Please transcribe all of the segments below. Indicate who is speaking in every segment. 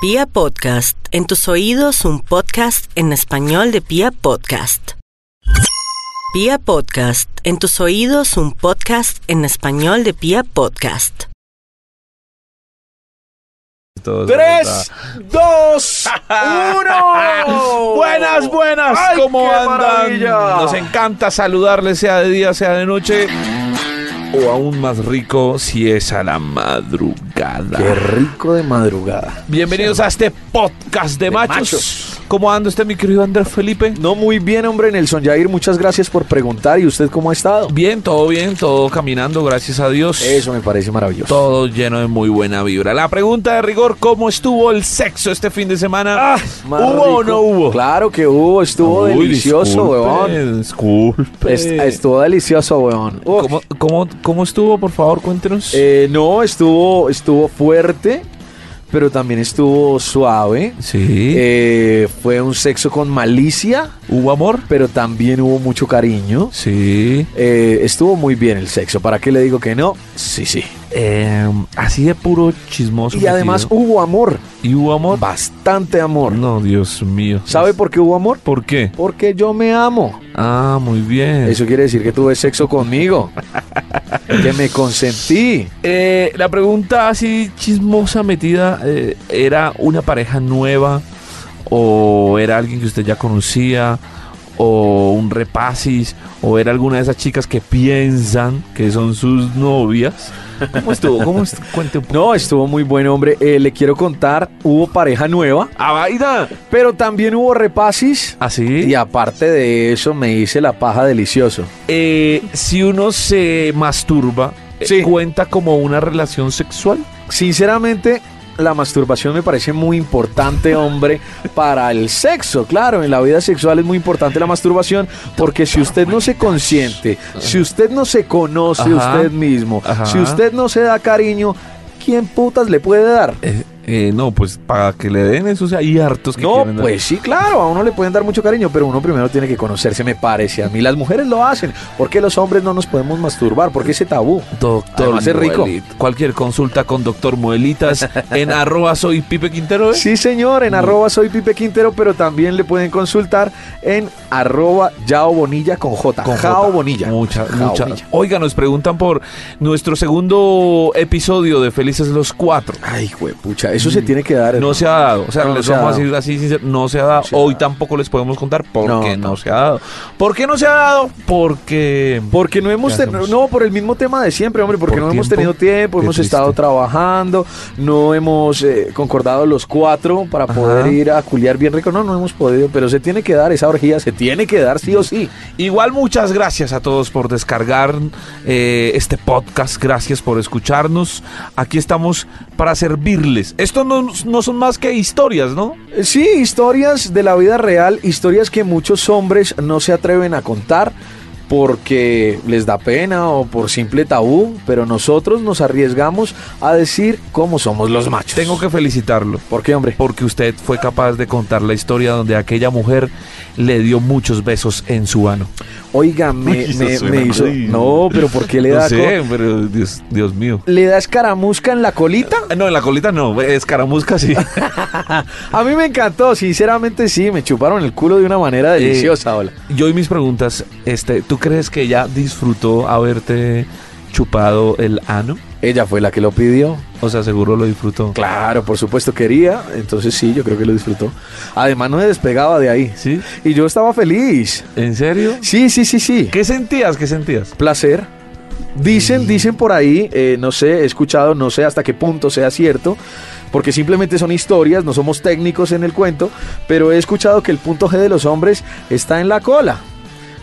Speaker 1: Pia Podcast, en tus oídos un podcast en español de Pia Podcast. Pia Podcast, en tus oídos un podcast en español de Pia Podcast.
Speaker 2: Todo se
Speaker 3: ¡Tres,
Speaker 2: nota.
Speaker 3: dos,
Speaker 4: Oh.
Speaker 3: uno! Buenas, buenas,
Speaker 2: ¡Ay,
Speaker 3: ¿cómo
Speaker 2: qué
Speaker 3: andan?
Speaker 2: maravilla!
Speaker 3: Nos encanta saludarles, sea de día, sea de noche. O aún más rico si es a la madrugada.
Speaker 4: Qué rico de madrugada.
Speaker 3: Bienvenidos a este podcast de, machos.
Speaker 4: machos.
Speaker 3: ¿Cómo anda usted, mi querido Andrés Felipe?
Speaker 4: No, muy bien, hombre Nelson Jair. Muchas gracias por preguntar. ¿Y usted cómo ha estado?
Speaker 3: Bien, todo bien, todo caminando, gracias a Dios.
Speaker 4: Eso me parece maravilloso.
Speaker 3: Todo lleno de muy buena vibra. La pregunta de rigor, ¿cómo estuvo el sexo este fin de semana?
Speaker 4: Más
Speaker 3: ¿Hubo o
Speaker 4: rico.
Speaker 3: no hubo?
Speaker 4: Claro que hubo. Estuvo
Speaker 3: Uy,
Speaker 4: delicioso,
Speaker 3: disculpe,
Speaker 4: weón.
Speaker 3: Disculpe.
Speaker 4: Est- estuvo delicioso, weón. Uf.
Speaker 3: ¿Cómo, cómo, cómo estuvo, por favor, cuéntenos?
Speaker 4: Eh, no, estuvo, estuvo fuerte, pero también estuvo suave.
Speaker 3: sí.
Speaker 4: Eh, fue un sexo con malicia,
Speaker 3: ¿Hubo amor?
Speaker 4: pero también hubo mucho cariño.
Speaker 3: Sí.
Speaker 4: Eh, estuvo muy bien el sexo. ¿Para qué le digo que no? Sí, sí.
Speaker 3: Eh, así de puro chismoso.
Speaker 4: Y además
Speaker 3: metido.
Speaker 4: hubo amor.
Speaker 3: ¿Y hubo amor?
Speaker 4: Bastante amor.
Speaker 3: No, Dios mío.
Speaker 4: ¿Sabe por qué hubo amor?
Speaker 3: por qué?
Speaker 4: Porque yo me amo.
Speaker 3: Ah, muy bien.
Speaker 4: Eso quiere decir que tuve sexo conmigo. que me consentí.
Speaker 3: Eh, la pregunta así chismosa metida, eh, ¿era una pareja nueva o era alguien que usted ya conocía o un repasis o era alguna de esas chicas que piensan que son sus novias? ¿Cómo estuvo? ¿Cómo estuvo? Cuente un poco.
Speaker 4: No, estuvo muy bueno, hombre. Eh, le quiero contar, hubo pareja nueva,
Speaker 3: ¡A Ah, vaina!
Speaker 4: pero también hubo repasis.
Speaker 3: Así.
Speaker 4: Y aparte de eso, me hice la paja delicioso.
Speaker 3: Eh, si uno se masturba, eh,
Speaker 4: Sí.
Speaker 3: ¿cuenta como una relación sexual?
Speaker 4: Sinceramente, la masturbación me parece muy importante, hombre, para el sexo. Claro, en la vida sexual es muy importante la masturbación, porque si usted no se consiente, si usted no se conoce
Speaker 3: Ajá.
Speaker 4: usted mismo,
Speaker 3: Ajá.
Speaker 4: si usted no se da cariño, ¿quién putas le puede dar?
Speaker 3: Eh, eh, no, pues para que le den eso, o sea, hay hartos que
Speaker 4: No,
Speaker 3: quieren dar.
Speaker 4: pues sí, claro, a uno le pueden dar mucho cariño, pero uno primero tiene que conocerse, me parece. A mí las mujeres lo hacen. ¿Por qué los hombres no nos podemos masturbar? ¿Por qué ese tabú?
Speaker 3: Doctor
Speaker 4: Además es rico.
Speaker 3: Muelit. Cualquier consulta con Doctor Muelitas en arroba soy Pipe Quintero. ¿eh?
Speaker 4: Sí, señor, en arroba soy Pipe Quintero, pero también le pueden consultar en arroba Yao Bonilla con J.
Speaker 3: Con
Speaker 4: Jao
Speaker 3: J.
Speaker 4: Bonilla.
Speaker 3: Mucha,
Speaker 4: Jao
Speaker 3: mucha.
Speaker 4: Bonilla.
Speaker 3: Oiga, nos preguntan por nuestro segundo episodio de Felices los Cuatro.
Speaker 4: Ay, pucha, eso se tiene que dar.
Speaker 3: Mm. No
Speaker 4: hermano.
Speaker 3: se ha dado. O sea,
Speaker 4: Eh, No
Speaker 3: les
Speaker 4: se ha
Speaker 3: vamos a
Speaker 4: dado.
Speaker 3: decir así, sincero, no se ha dado.
Speaker 4: No se ha
Speaker 3: Hoy
Speaker 4: dado.
Speaker 3: tampoco les podemos contar por
Speaker 4: No,
Speaker 3: qué no
Speaker 4: tampoco.
Speaker 3: se ha dado. ¿Por qué no se ha dado? Porque...
Speaker 4: Porque no hemos
Speaker 3: ¿Qué
Speaker 4: tenido,
Speaker 3: hacemos?
Speaker 4: no, por el mismo tema de siempre, hombre, porque
Speaker 3: ¿Por
Speaker 4: no hemos
Speaker 3: tiempo?
Speaker 4: tenido tiempo,
Speaker 3: Qué
Speaker 4: hemos
Speaker 3: triste.
Speaker 4: estado trabajando, no hemos eh, concordado los cuatro para
Speaker 3: Ajá.
Speaker 4: poder ir a culiar bien rico. No, no hemos podido, pero se tiene que dar, esa orgía se tiene que dar sí o sí.
Speaker 3: Igual muchas gracias a todos por descargar eh, este podcast, gracias por escucharnos. Aquí estamos para servirles. Esto no, no son más que historias, ¿no?
Speaker 4: Eh, Sí, historias de la vida real, historias que muchos hombres no se atreven a contar porque les da pena o por simple tabú, pero nosotros nos arriesgamos a decir cómo somos los machos.
Speaker 3: Tengo que felicitarlo.
Speaker 4: ¿Por qué, hombre?
Speaker 3: Porque usted fue capaz de contar la historia donde aquella mujer le dio muchos besos en su ano.
Speaker 4: Oiga, me,
Speaker 3: Uy, eso
Speaker 4: me-
Speaker 3: suena
Speaker 4: me hizo...
Speaker 3: horrible.
Speaker 4: No, pero ¿por qué le da...
Speaker 3: no
Speaker 4: co-
Speaker 3: sé, pero Dios, Dios mío.
Speaker 4: ¿Le da escaramusca en la colita?
Speaker 3: Ah, No, en la colita no, escaramuzca sí.
Speaker 4: A mí me encantó, sinceramente sí, me chuparon el culo de una manera
Speaker 3: Eh,
Speaker 4: deliciosa, hola.
Speaker 3: Yo y mis preguntas, este, ¿tú crees que ella disfrutó haberte chupado el ano?
Speaker 4: Ella fue la que lo pidió.
Speaker 3: O sea, seguro lo disfrutó.
Speaker 4: Claro, por supuesto quería, entonces sí, yo creo que lo disfrutó. Además no se despegaba de ahí.
Speaker 3: ¿Sí?
Speaker 4: Y yo estaba feliz.
Speaker 3: ¿En serio?
Speaker 4: Sí, sí, sí, sí.
Speaker 3: ¿Qué sentías? ¿Qué sentías?
Speaker 4: Placer. Dicen, dicen por ahí, eh, no sé, he escuchado, no sé hasta qué punto sea cierto, porque simplemente son historias, no somos técnicos en el cuento, pero he escuchado que el punto G de los hombres está en la cola,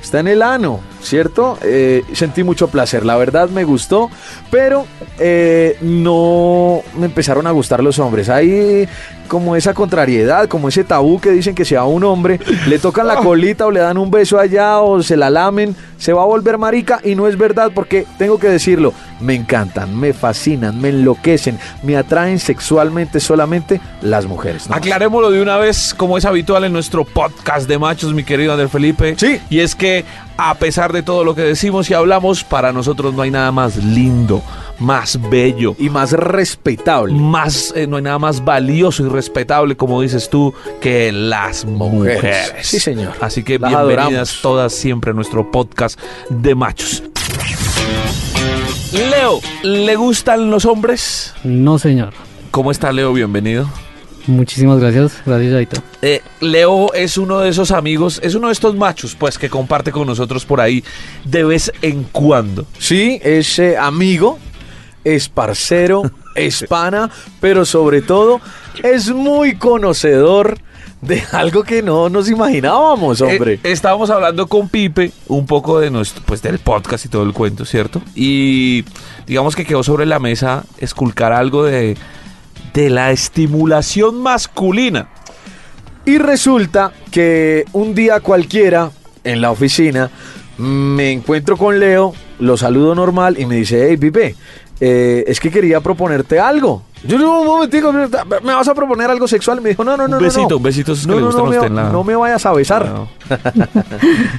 Speaker 4: está en el ano, ¿cierto? Eh, sentí mucho placer, la verdad me gustó, pero eh, no me empezaron a gustar los hombres. Hay como esa contrariedad, como ese tabú que dicen que si a un hombre le tocan la colita o le dan un beso allá o se la lamen, se va a volver marica y no es verdad porque tengo que decirlo, me encantan, me fascinan, me enloquecen, me atraen sexualmente solamente las mujeres.
Speaker 3: Ah,
Speaker 4: ¿no?
Speaker 3: Aclarémoslo de una vez, como es habitual en nuestro podcast de machos, mi querido Andrés Felipe.
Speaker 4: Sí.
Speaker 3: Y es que, a pesar de todo lo que decimos y hablamos, para nosotros no hay nada más lindo, más bello,
Speaker 4: Y más respetable.
Speaker 3: más, eh, no hay nada más valioso y respetable, como dices tú, que las mujeres.
Speaker 4: Mujeres. Sí, señor.
Speaker 3: Así que
Speaker 4: Las
Speaker 3: bienvenidas
Speaker 4: adoramos.
Speaker 3: todas siempre a nuestro podcast de machos. Leo, ¿le gustan los hombres?
Speaker 2: No, señor.
Speaker 3: ¿Cómo está Leo? Bienvenido.
Speaker 2: Muchísimas gracias. Gracias, Yaito.
Speaker 3: Eh, Leo es uno de esos amigos, es uno de estos machos, pues, que comparte con nosotros por ahí de vez en cuando.
Speaker 4: Sí, es eh, amigo, es parcero, es pana, pero sobre todo es muy conocedor de algo que no nos imaginábamos, hombre.
Speaker 3: Eh, estábamos hablando con Pipe un poco de nuestro, pues, del podcast y todo el cuento, ¿cierto? Y digamos que quedó sobre la mesa esculcar algo de, de la estimulación masculina.
Speaker 4: Y resulta que un día cualquiera en la oficina me encuentro con Leo, lo saludo normal y me dice, hey Pipe, eh, es que quería proponerte algo. Yo no, un momentico, ¿me vas a proponer algo sexual? Me dijo, no, no, no, no,
Speaker 3: un besito,
Speaker 4: no.
Speaker 3: un besito esos que
Speaker 4: No,
Speaker 3: le
Speaker 4: no,
Speaker 3: gustan
Speaker 4: no,
Speaker 3: a
Speaker 4: me,
Speaker 3: usted en la- Ah,
Speaker 4: no me vayas a besar.
Speaker 3: No.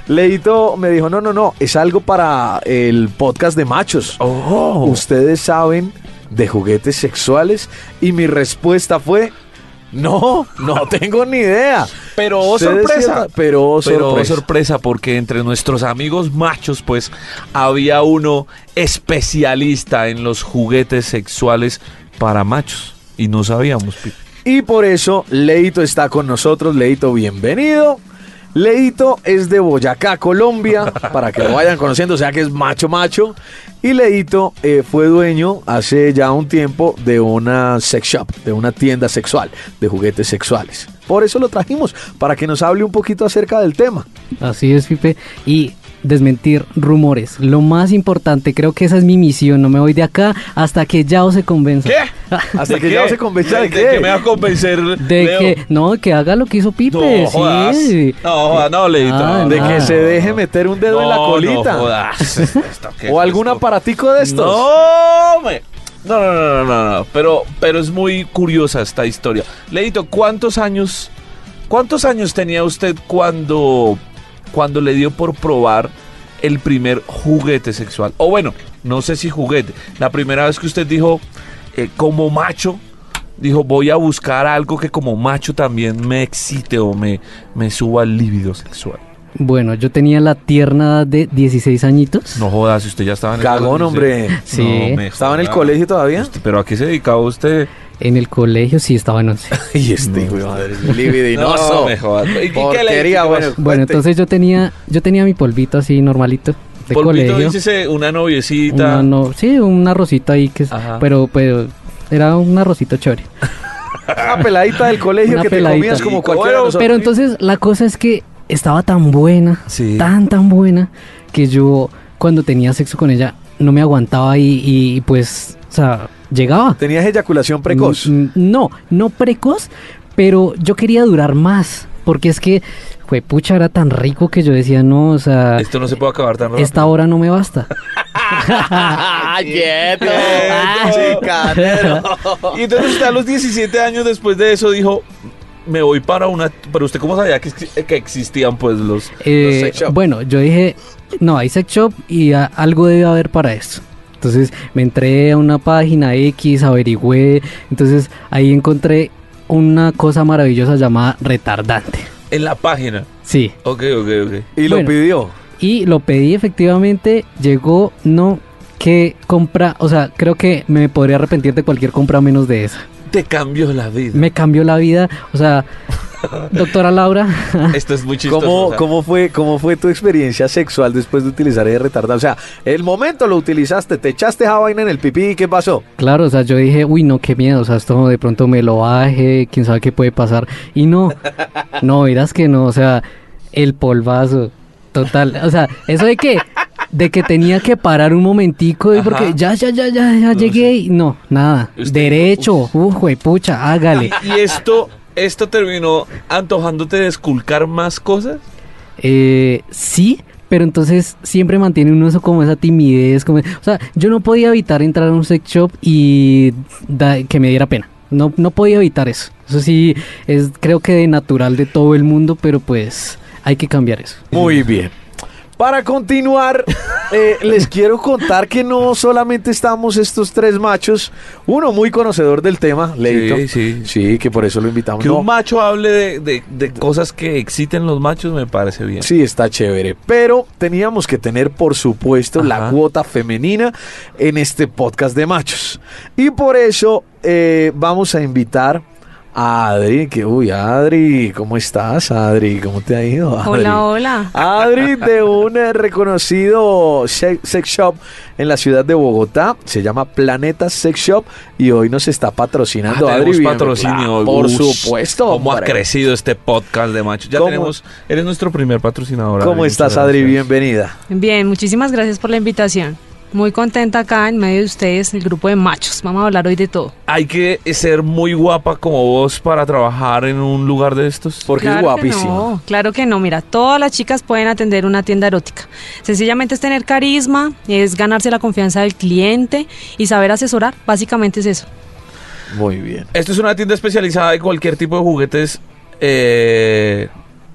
Speaker 4: Leito me dijo, no, no, no, es algo para el podcast de machos.
Speaker 3: Oh.
Speaker 4: Ustedes saben de juguetes sexuales y mi respuesta fue, no, no tengo ni idea.
Speaker 3: Pero oh,
Speaker 4: Ustedes
Speaker 3: sorpresa.
Speaker 4: siempre- pero oh,
Speaker 3: Pero oh,
Speaker 4: sorpresa.
Speaker 3: sorpresa, porque entre nuestros amigos machos, pues, había uno especialista en los juguetes sexuales para machos. Y no sabíamos, Pipe.
Speaker 4: Y por eso Leito está con nosotros. Leito, bienvenido. Leito es de Boyacá, Colombia, para que lo vayan conociendo, o sea que es macho macho. Y Leito eh, fue dueño hace ya un tiempo de una sex shop, de una tienda sexual, de juguetes sexuales. Por eso lo trajimos, para que nos hable un poquito acerca del tema.
Speaker 2: Así es, Pipe. Y desmentir rumores. Lo más importante, creo que esa es mi misión. No me voy de acá hasta que Yao se convenza.
Speaker 4: Hasta
Speaker 3: ¿De
Speaker 4: que
Speaker 3: qué?
Speaker 4: ya se convenza de,
Speaker 3: ¿De
Speaker 4: qué.
Speaker 3: que me va a convencer?
Speaker 2: De que, no, que haga lo que hizo Pipe.
Speaker 3: No,
Speaker 2: sí.
Speaker 3: jodas. No, jodas, no, Leito.
Speaker 2: Ah,
Speaker 4: De
Speaker 2: nada.
Speaker 4: que se deje meter un dedo en la
Speaker 3: No, no
Speaker 4: colita.
Speaker 3: jodas. Esto que-
Speaker 4: o algún
Speaker 3: esto-
Speaker 4: aparatico de estos.
Speaker 3: No, me- No, no, no, no, no, no. Pero, pero es muy curiosa esta historia. Leito, ¿cuántos años, cuántos años tenía usted cuando, cuando le dio por probar el primer juguete sexual? O bueno, no sé si juguete. La primera vez que usted dijo, eh, como macho, dijo, voy a buscar algo que como macho también me excite o me, me suba el líbido sexual.
Speaker 2: Bueno, yo tenía la tierna edad de 16 añitos.
Speaker 3: No jodas, usted ya estaba en el
Speaker 4: Cagón,
Speaker 3: colegio.
Speaker 4: hombre.
Speaker 2: Sí.
Speaker 3: No me
Speaker 4: ¿Estaba en el
Speaker 3: jodas.
Speaker 4: colegio todavía?
Speaker 3: Usted- Pues, ¿Pero a qué se dedicaba usted?
Speaker 2: En el colegio sí estaba en 11.
Speaker 4: Y este hijo de madre es libidinoso.
Speaker 3: me jodas. ¿Y qué le- qué
Speaker 4: Porquería,
Speaker 3: pasó?
Speaker 4: bueno.
Speaker 2: Bueno,
Speaker 3: Este.
Speaker 2: entonces yo tenía, yo tenía mi polvito así normalito de
Speaker 3: Polvito,
Speaker 2: colegio.
Speaker 3: dícese, una noviecita.
Speaker 2: Una no- sí, un arrocito ahí que es-
Speaker 3: Ajá.
Speaker 2: pero pero era un arrocito chévere.
Speaker 4: Una peladita del colegio
Speaker 2: Una
Speaker 4: que
Speaker 2: peladita.
Speaker 4: te comías como
Speaker 3: Y
Speaker 4: cualquiera de
Speaker 3: bueno,
Speaker 4: nosotros.
Speaker 2: Pero entonces la cosa es que estaba tan buena,
Speaker 3: Sí.
Speaker 2: tan tan buena que yo cuando tenía sexo con ella no me aguantaba y, y, pues, o sea, llegaba.
Speaker 4: Tenías eyaculación precoz.
Speaker 2: Mm, mm, No, no precoz, pero yo quería durar más porque es que fue pucha era tan rico que yo decía, no, o sea,
Speaker 3: Esto no se puede acabar tan rápido.
Speaker 2: esta hora no me basta.
Speaker 4: ¡Quieto!
Speaker 3: Ah.
Speaker 4: ¡Chicanero!
Speaker 3: Y entonces usted a los 17 años después de eso dijo, me voy para una... Pero usted cómo sabía que, ex- que existían pues los...
Speaker 2: Eh,
Speaker 3: Los sex shop.
Speaker 2: bueno, yo dije, no, hay sex shop y a- algo debe haber para esto. Entonces me entré a una página X, averigüé, entonces ahí encontré una cosa maravillosa llamada retardante.
Speaker 3: En la página.
Speaker 2: Sí,
Speaker 3: Ok, ok, ok.
Speaker 4: Y lo
Speaker 2: Bueno.
Speaker 4: pidió.
Speaker 2: y lo pedí efectivamente, llegó, no, que compra, o sea, creo que me podría arrepentir de cualquier compra menos de esa.
Speaker 3: Te cambió la vida.
Speaker 2: Me cambió la vida, o sea, doctora Laura,
Speaker 3: Esto es muy chistoso. o
Speaker 4: ¿Cómo,
Speaker 3: sea,
Speaker 4: cómo, fue, ¿Cómo fue tu experiencia sexual después de utilizar el retardado? O sea, el momento lo utilizaste, te echaste esa vaina en el pipí y ¿qué pasó?
Speaker 2: Claro, o sea, yo dije, uy, no, qué miedo, o sea, esto de pronto me lo baje, quién sabe qué puede pasar. Y no, no, verás que no, o sea, el polvazo, total, o sea, eso de que, de que tenía que parar un momentico, y porque
Speaker 3: Ajá.
Speaker 2: ya, ya, ya, ya, ya llegué, y no, nada,
Speaker 3: Usted-
Speaker 2: derecho, uy, pucha, hágale.
Speaker 3: Y esto, esto terminó antojándote de esculcar más cosas.
Speaker 2: Eh, sí, pero entonces siempre mantiene uno eso como esa timidez, como, o sea, yo no podía evitar entrar a un sex shop y da- que me diera pena. No, no podía evitar eso. Eso sí es creo que de natural de todo el mundo, pero pues hay que cambiar eso.
Speaker 4: Muy bien. Mm. Para continuar, eh, les quiero contar que no solamente estamos estos tres machos, uno muy conocedor del tema, Leito.
Speaker 3: Sí, sí.
Speaker 4: Sí, que por eso lo invitamos.
Speaker 3: Que
Speaker 4: No,
Speaker 3: un macho hable de, de- de cosas que exciten los machos me parece bien.
Speaker 4: Sí, está chévere. Pero teníamos que tener, por supuesto, la
Speaker 3: Ajá.
Speaker 4: cuota femenina en este podcast de machos. Y por eso eh, vamos a invitar a Adri, que uy, Adri, ¿cómo estás, Adri? ¿Cómo te ha ido? Adri?
Speaker 5: Hola, hola.
Speaker 4: Adri de un eh, reconocido se- sex shop en la ciudad de Bogotá, se llama Planeta Sex Shop y hoy nos está patrocinando
Speaker 3: Ah,
Speaker 4: Adri.
Speaker 3: tenemos
Speaker 4: bien-
Speaker 3: patrocinio.
Speaker 4: Claro, por
Speaker 3: Ush,
Speaker 4: supuesto.
Speaker 3: ¿Cómo ha
Speaker 4: hombre.
Speaker 3: crecido este podcast de machos? Ya
Speaker 4: ¿Cómo?
Speaker 3: tenemos. Eres nuestro primer patrocinador.
Speaker 4: ¿Cómo
Speaker 3: muchas
Speaker 4: estás, Adri?
Speaker 3: gracias.
Speaker 4: Bienvenida.
Speaker 5: Bien, muchísimas gracias por la invitación. Muy contenta acá en medio de ustedes, el grupo de machos. Vamos a hablar hoy de todo.
Speaker 3: Hay que ser muy guapa como vos para trabajar en un lugar de estos.
Speaker 4: Porque es
Speaker 5: Claro que
Speaker 4: guapísima.
Speaker 5: no, claro que no, mira, todas las chicas pueden atender una tienda erótica. Sencillamente es tener carisma, es ganarse la confianza del cliente y saber asesorar, básicamente es eso.
Speaker 4: Muy bien.
Speaker 3: Esto es una tienda especializada en cualquier tipo de juguetes eh,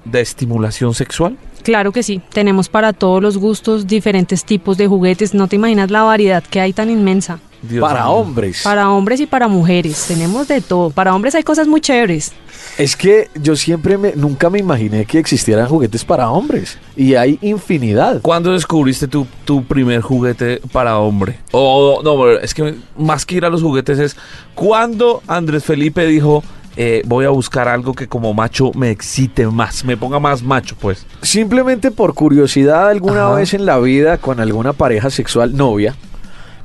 Speaker 3: de estimulación sexual.
Speaker 5: Claro que sí, tenemos para todos los gustos diferentes tipos de juguetes, no te imaginas la variedad que hay tan inmensa.
Speaker 3: Dios
Speaker 4: para
Speaker 3: mío.
Speaker 4: hombres.
Speaker 5: Para hombres y para mujeres, tenemos de todo. Para hombres hay cosas muy chéveres.
Speaker 4: Es que yo siempre me, nunca me imaginé que existieran juguetes para hombres. Y hay infinidad.
Speaker 3: ¿Cuándo descubriste tu, tu primer juguete para hombre? O no, pero es que más que ir a los juguetes es cuando Andrés Felipe dijo eh, voy a buscar algo que como macho me excite más, me ponga más macho, pues.
Speaker 4: Simplemente por curiosidad alguna
Speaker 3: Ajá.
Speaker 4: vez en la vida con alguna pareja sexual novia.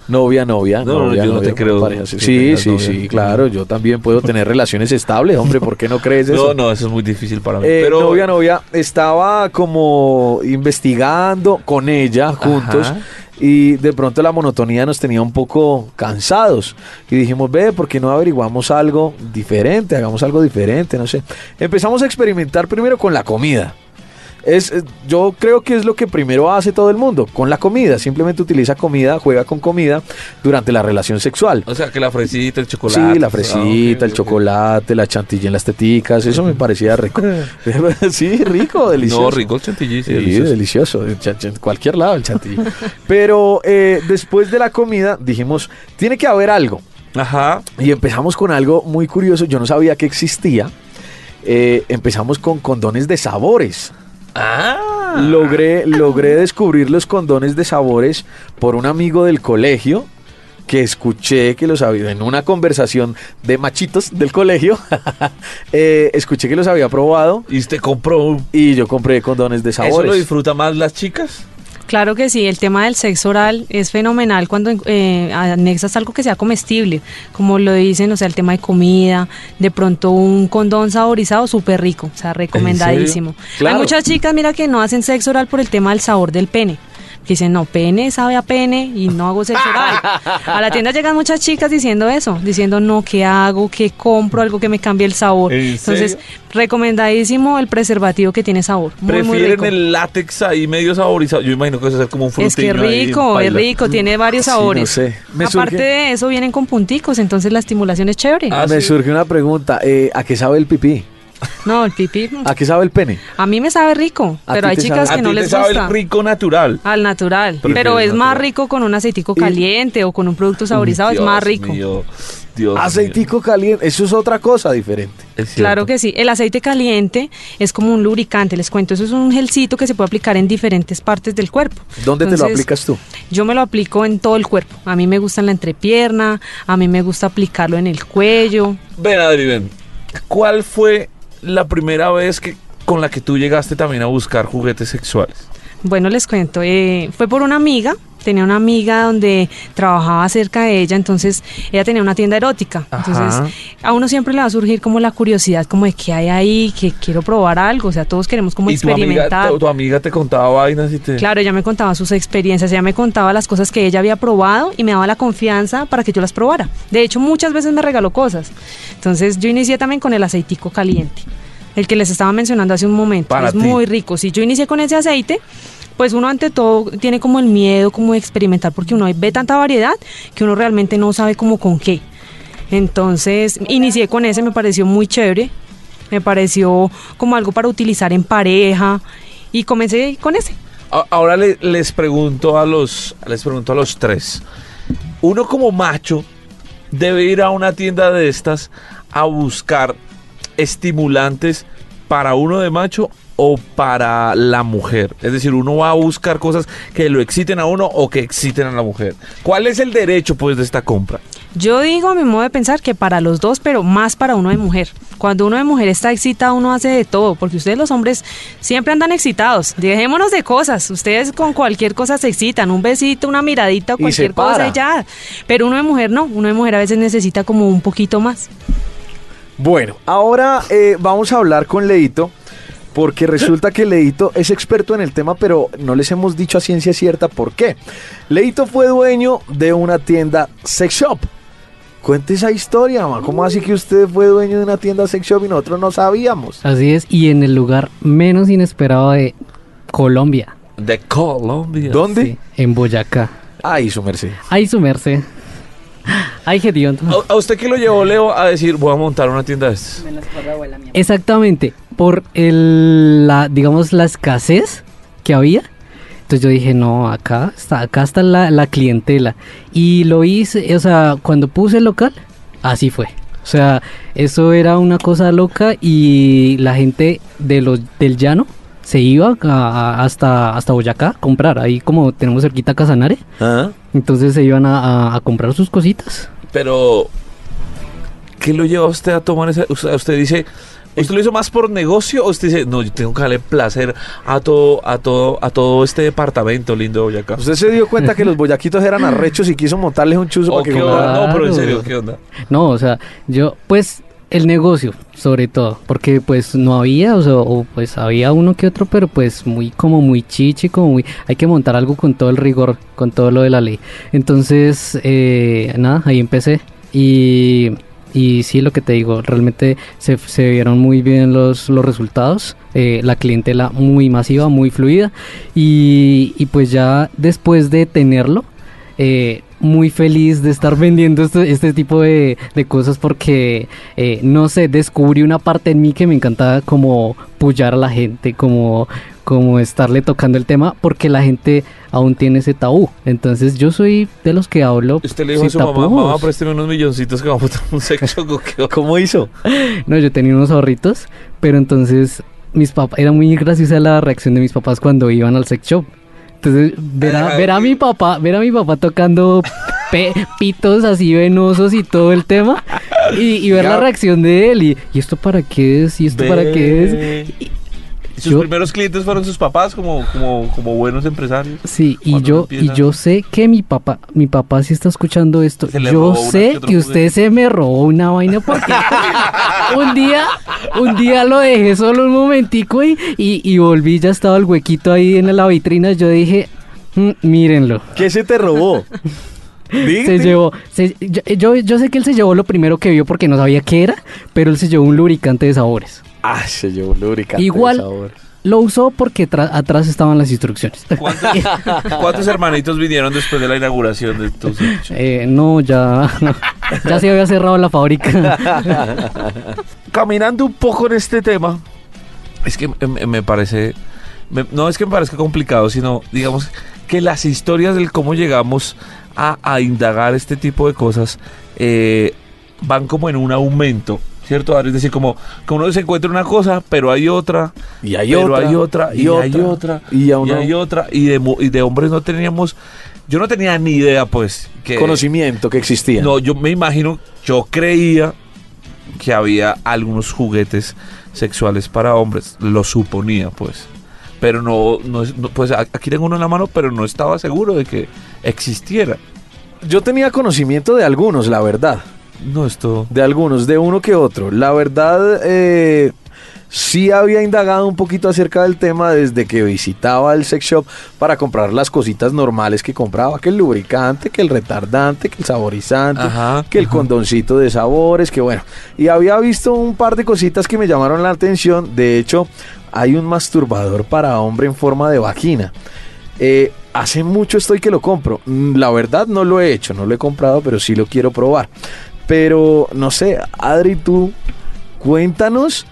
Speaker 4: Novia, novia,
Speaker 3: No, no,
Speaker 4: novia,
Speaker 3: yo no
Speaker 4: novia,
Speaker 3: te
Speaker 4: con
Speaker 3: creo
Speaker 4: pareja
Speaker 3: que
Speaker 4: sex- Sí,
Speaker 3: tengas
Speaker 4: sí,
Speaker 3: novia.
Speaker 4: sí, claro. Yo también puedo tener relaciones estables, hombre. ¿Por qué no crees
Speaker 3: No,
Speaker 4: eso?
Speaker 3: no, eso es muy difícil para mí.
Speaker 4: Eh,
Speaker 3: pero
Speaker 4: novia, novia, estaba como investigando con ella juntos
Speaker 3: Ajá.
Speaker 4: y de pronto la monotonía nos tenía un poco cansados y dijimos, ve, ¿por qué no averiguamos algo diferente? Hagamos algo diferente, no sé. Empezamos a experimentar primero con la comida. Es, eh, yo creo que es lo que primero hace todo el mundo, con la comida. Simplemente utiliza comida, juega con comida durante la relación sexual.
Speaker 3: O sea, que la fresita, el chocolate.
Speaker 4: Sí, la
Speaker 3: ah,
Speaker 4: fresita,
Speaker 3: ok,
Speaker 4: el
Speaker 3: ok.
Speaker 4: chocolate, la chantilla en las teticas, eso me parecía rico. sí, rico, delicioso.
Speaker 3: No, rico el chantilly, sí,
Speaker 4: Sí,
Speaker 3: delicioso.
Speaker 4: delicioso. En cha- cha- en cualquier lado el chantilly. Pero eh, después de la comida dijimos, tiene que haber algo.
Speaker 3: Ajá.
Speaker 4: Y empezamos con algo muy curioso, yo no sabía que existía. Eh, empezamos con condones de sabores.
Speaker 3: Ah.
Speaker 4: Logré, logré descubrir los condones de sabores por un amigo del colegio que escuché que los había, en una conversación de machitos del colegio, eh, escuché que los había probado
Speaker 3: Y usted compró un...
Speaker 4: y yo compré condones de
Speaker 3: ¿Eso lo
Speaker 4: sabores.
Speaker 3: disfruta más las chicas?
Speaker 5: Claro que sí, el tema del sexo oral es fenomenal cuando eh, anexas algo que sea comestible, como lo dicen, o sea, el tema de comida, de pronto un condón saborizado súper rico, o sea, recomendadísimo.
Speaker 4: Claro.
Speaker 5: Hay muchas chicas, mira, que no hacen sexo oral por el tema del sabor del pene. que Dicen, no, pene sabe a pene y no hago sexo oral. A la tienda llegan muchas chicas diciendo eso, diciendo, no, ¿qué hago? ¿Qué compro? Algo que me cambie el sabor.
Speaker 3: ¿En
Speaker 5: Entonces,
Speaker 3: serio?
Speaker 5: recomendadísimo el preservativo que tiene sabor. Muy, muy
Speaker 3: Prefieren
Speaker 5: rico.
Speaker 3: el látex ahí medio saborizado. Yo imagino que eso es como un frutino.
Speaker 5: Es que
Speaker 3: ahí,
Speaker 5: rico, es
Speaker 3: paila.
Speaker 5: rico, tiene varios
Speaker 4: Mm, Sí, no
Speaker 5: sabores.
Speaker 4: sé. Me
Speaker 5: Aparte
Speaker 4: surge-
Speaker 5: de eso vienen con punticos, entonces la estimulación es chévere.
Speaker 3: Ah,
Speaker 4: Me
Speaker 3: sí.
Speaker 4: surge una pregunta, eh, ¿a qué sabe el pipí?
Speaker 5: No, el pipí mm,
Speaker 4: ¿A qué sabe el pene?
Speaker 5: a mí me sabe rico,
Speaker 4: ¿A
Speaker 5: pero
Speaker 4: ti
Speaker 5: hay
Speaker 4: te
Speaker 5: chicas
Speaker 4: sabe?
Speaker 3: A
Speaker 5: que no
Speaker 3: ti te
Speaker 5: les
Speaker 3: sabe
Speaker 5: gusta.
Speaker 3: el rico natural.
Speaker 5: Al natural,
Speaker 3: Prefieres
Speaker 5: pero es más
Speaker 3: natural.
Speaker 5: rico con un aceitico
Speaker 4: Y-
Speaker 5: caliente o con un producto saborizado, es
Speaker 3: Dios
Speaker 5: más rico.
Speaker 3: mío, Dios
Speaker 4: Aceitico caliente, eso es otra cosa diferente.
Speaker 3: mío. Es cierto.
Speaker 5: Claro que sí. El aceite caliente es como un lubricante, les cuento. Eso es un gelcito que se puede aplicar en diferentes partes del cuerpo.
Speaker 4: ¿Dónde te lo
Speaker 5: Entonces,
Speaker 4: aplicas tú?
Speaker 5: Yo me lo aplico en todo el cuerpo. A mí me gusta en la entrepierna, a mí me gusta aplicarlo en el cuello.
Speaker 3: Ven, Adri, ven. ¿Cuál fue la primera vez que con la que tú llegaste también a buscar juguetes sexuales?
Speaker 5: Bueno, les cuento, eh, fue por una amiga, tenía una amiga donde trabajaba cerca de ella, entonces ella tenía una tienda erótica,
Speaker 3: Ajá.
Speaker 5: entonces a uno siempre le va a surgir como la curiosidad, como de qué hay ahí, que quiero probar algo, o sea, todos queremos como
Speaker 3: y tu amiga,
Speaker 5: experimentar.
Speaker 3: tu, tu amiga te contaba vainas y te...
Speaker 5: Claro, ella me contaba sus experiencias, ella me contaba las cosas que ella había probado y me daba la confianza para que yo las probara. De hecho, muchas veces me regaló cosas. Entonces, yo inicié también con el aceitico caliente, el que les estaba mencionando hace un momento.
Speaker 3: Para
Speaker 5: es
Speaker 3: ti.
Speaker 5: muy rico. Si yo inicié con ese aceite, pues uno ante todo tiene como el miedo como de experimentar porque uno ve tanta variedad que uno realmente no sabe como con qué. Entonces, inicié con ese, me pareció muy chévere. Me pareció como algo para utilizar en pareja y comencé con ese.
Speaker 3: A- Ahora le- les pregunto a los les pregunto a los tres. Uno como macho debe ir a una tienda de estas a buscar estimulantes para uno de macho o para la mujer. Es decir, uno va a buscar cosas que lo exciten a uno o que exciten a la mujer. ¿Cuál es el derecho pues de esta compra?
Speaker 5: Yo digo a mi modo de pensar que para los dos, pero más para uno de mujer. Cuando uno de mujer está excitado, uno hace de todo, porque ustedes los hombres siempre andan excitados. Dejémonos de cosas. Ustedes con cualquier cosa se excitan, un besito, una miradita,
Speaker 4: se
Speaker 5: cualquier cosa
Speaker 4: para.
Speaker 5: y ya. Pero uno de mujer no, uno de mujer a veces necesita como un poquito más.
Speaker 4: Bueno, ahora eh, vamos a hablar con Leito, porque resulta que Leito es experto en el tema, pero no les hemos dicho a ciencia cierta por qué. Leito fue dueño de una tienda sex shop. Cuente esa historia, ma. ¿cómo así que usted fue dueño de una tienda sex shop y nosotros no sabíamos?
Speaker 2: Así es, y en el lugar menos inesperado de Colombia.
Speaker 3: De Colombia.
Speaker 4: ¿Dónde?
Speaker 2: Sí, en Boyacá.
Speaker 4: Ay, su merced.
Speaker 2: Ahí su merced. Ahí hediondo.
Speaker 3: ¿A, a usted que lo llevó Leo a decir voy a montar una tienda de estas?
Speaker 2: Exactamente, por el, la, digamos, la escasez que había. Entonces yo dije, no, acá está, acá está la, la clientela. Y lo hice, o sea, cuando puse el local, así fue. O sea, eso era una cosa loca y la gente de los, del llano se iba a- a- hasta, hasta Boyacá a comprar. Ahí como tenemos cerquita Casanare,
Speaker 3: ¿Ah?
Speaker 2: entonces se iban a- a- a comprar sus cositas.
Speaker 3: Pero, ¿qué lo lleva a usted a tomar esa? Usted, usted dice, ¿usted lo hizo más por negocio o usted dice, no, yo tengo que darle placer a todo, a todo, a todo este departamento lindo de Boyacá?
Speaker 4: Usted se dio cuenta que los boyaquitos eran arrechos y quiso montarles un chuzo
Speaker 3: ¿O
Speaker 4: para
Speaker 3: qué
Speaker 4: que
Speaker 2: cobraran.
Speaker 3: onda? No, pero en
Speaker 2: Claro.
Speaker 3: serio, ¿qué onda?
Speaker 2: No, o sea, yo, pues, el negocio, sobre todo, porque pues no había, o sea, o, pues había uno que otro, pero pues muy, como muy chichi, como muy, hay que montar algo con todo el rigor, con todo lo de la ley. Entonces, eh, nada, ahí empecé y, y sí, lo que te digo, realmente se, se vieron muy bien los, los resultados, eh, la clientela muy masiva, muy fluida y, y pues ya después de tenerlo, eh, muy feliz de estar vendiendo este, este tipo de, de cosas porque, eh, no sé, descubrí una parte en mí que me encantaba como pullar a la gente, como, como estarle tocando el tema, porque la gente aún tiene ese tabú. Entonces yo soy de los que hablo.
Speaker 3: Usted le dijo
Speaker 2: sin
Speaker 3: a su mamá,
Speaker 2: tapujos.
Speaker 3: mamá, présteme unos milloncitos que vamos a montar un sexo ¿o qué onda?
Speaker 4: ¿Cómo hizo?
Speaker 2: No, yo tenía unos ahorritos, pero entonces mis papás, era muy graciosa la reacción de mis papás cuando iban al sex shop. Entonces, ver a, ver a mi papá, ver a mi papá tocando pe- pitos así venosos y todo el tema, y, y ver la reacción de él, y, ¿y esto para qué es? ¿Y esto para qué es?
Speaker 3: ¿Y ¿Sus
Speaker 2: Yo-
Speaker 3: primeros clientes fueron sus papás como, como, como buenos empresarios?
Speaker 2: Sí, y
Speaker 3: Cuando uno
Speaker 2: yo, y
Speaker 3: empieza-
Speaker 2: yo sé que mi papá, mi papá sí está escuchando esto.
Speaker 3: Se le
Speaker 2: Yo
Speaker 3: robó una que
Speaker 2: sé
Speaker 3: otro
Speaker 2: que usted
Speaker 3: juguete.
Speaker 2: se me robó una vaina porque un día, un día lo dejé solo un momentico y, y, y volví, ya estaba el huequito ahí en la vitrina. Yo dije, "Mm, mírenlo.
Speaker 4: ¿Qué se te robó? Dí-
Speaker 2: Se
Speaker 4: dí-
Speaker 2: llevó, se- yo, yo, yo sé que él se llevó lo primero que vio porque no sabía qué era, pero él se llevó un lubricante de sabores.
Speaker 4: Ah, se llevó un lubricante. de
Speaker 2: Igual-
Speaker 4: sabor.
Speaker 2: Lo usó porque tra- atrás estaban las instrucciones.
Speaker 3: ¿Cuántos, cuántos hermanitos vinieron después de la inauguración de tu sexo?
Speaker 2: Eh, no, ya, ya se había cerrado la fábrica.
Speaker 3: caminando un poco en este tema, es que me, me parece, me- no es que me parezca complicado, sino digamos que las historias del cómo llegamos a, a indagar este tipo de cosas eh, van como en un aumento. ¿Cierto, Dario? Es decir, como que uno se encuentra una cosa, pero hay otra,
Speaker 4: Y hay
Speaker 3: pero
Speaker 4: otra.
Speaker 3: hay otra, y, hay otra,
Speaker 4: Y aún
Speaker 3: y
Speaker 4: no-
Speaker 3: hay otra, y de, mu- y de hombres no teníamos, yo no tenía ni idea, pues, que,
Speaker 4: Conocimiento que existía.
Speaker 3: no, yo me imagino, yo creía que había algunos juguetes sexuales para hombres, lo suponía pues. Pero no, no, es- no, pues a- aquí tengo uno en la mano, pero no estaba seguro de que existiera.
Speaker 4: Yo tenía conocimiento de algunos, la verdad.
Speaker 3: No, esto...
Speaker 4: De algunos, de uno que otro. La verdad, eh, sí había indagado un poquito acerca del tema desde que visitaba el sex shop para comprar las cositas normales que compraba, que el lubricante, que el retardante, que el saborizante,
Speaker 3: Ajá,
Speaker 4: que el condoncito de sabores, que bueno. Y había visto un par de cositas que me llamaron la atención. De hecho, hay un masturbador para hombre en forma de vagina. Eh, hace mucho estoy que lo compro. Mm, La verdad no lo he hecho, no lo he comprado, pero sí lo quiero probar. Pero no sé, Adri, tú cuéntanos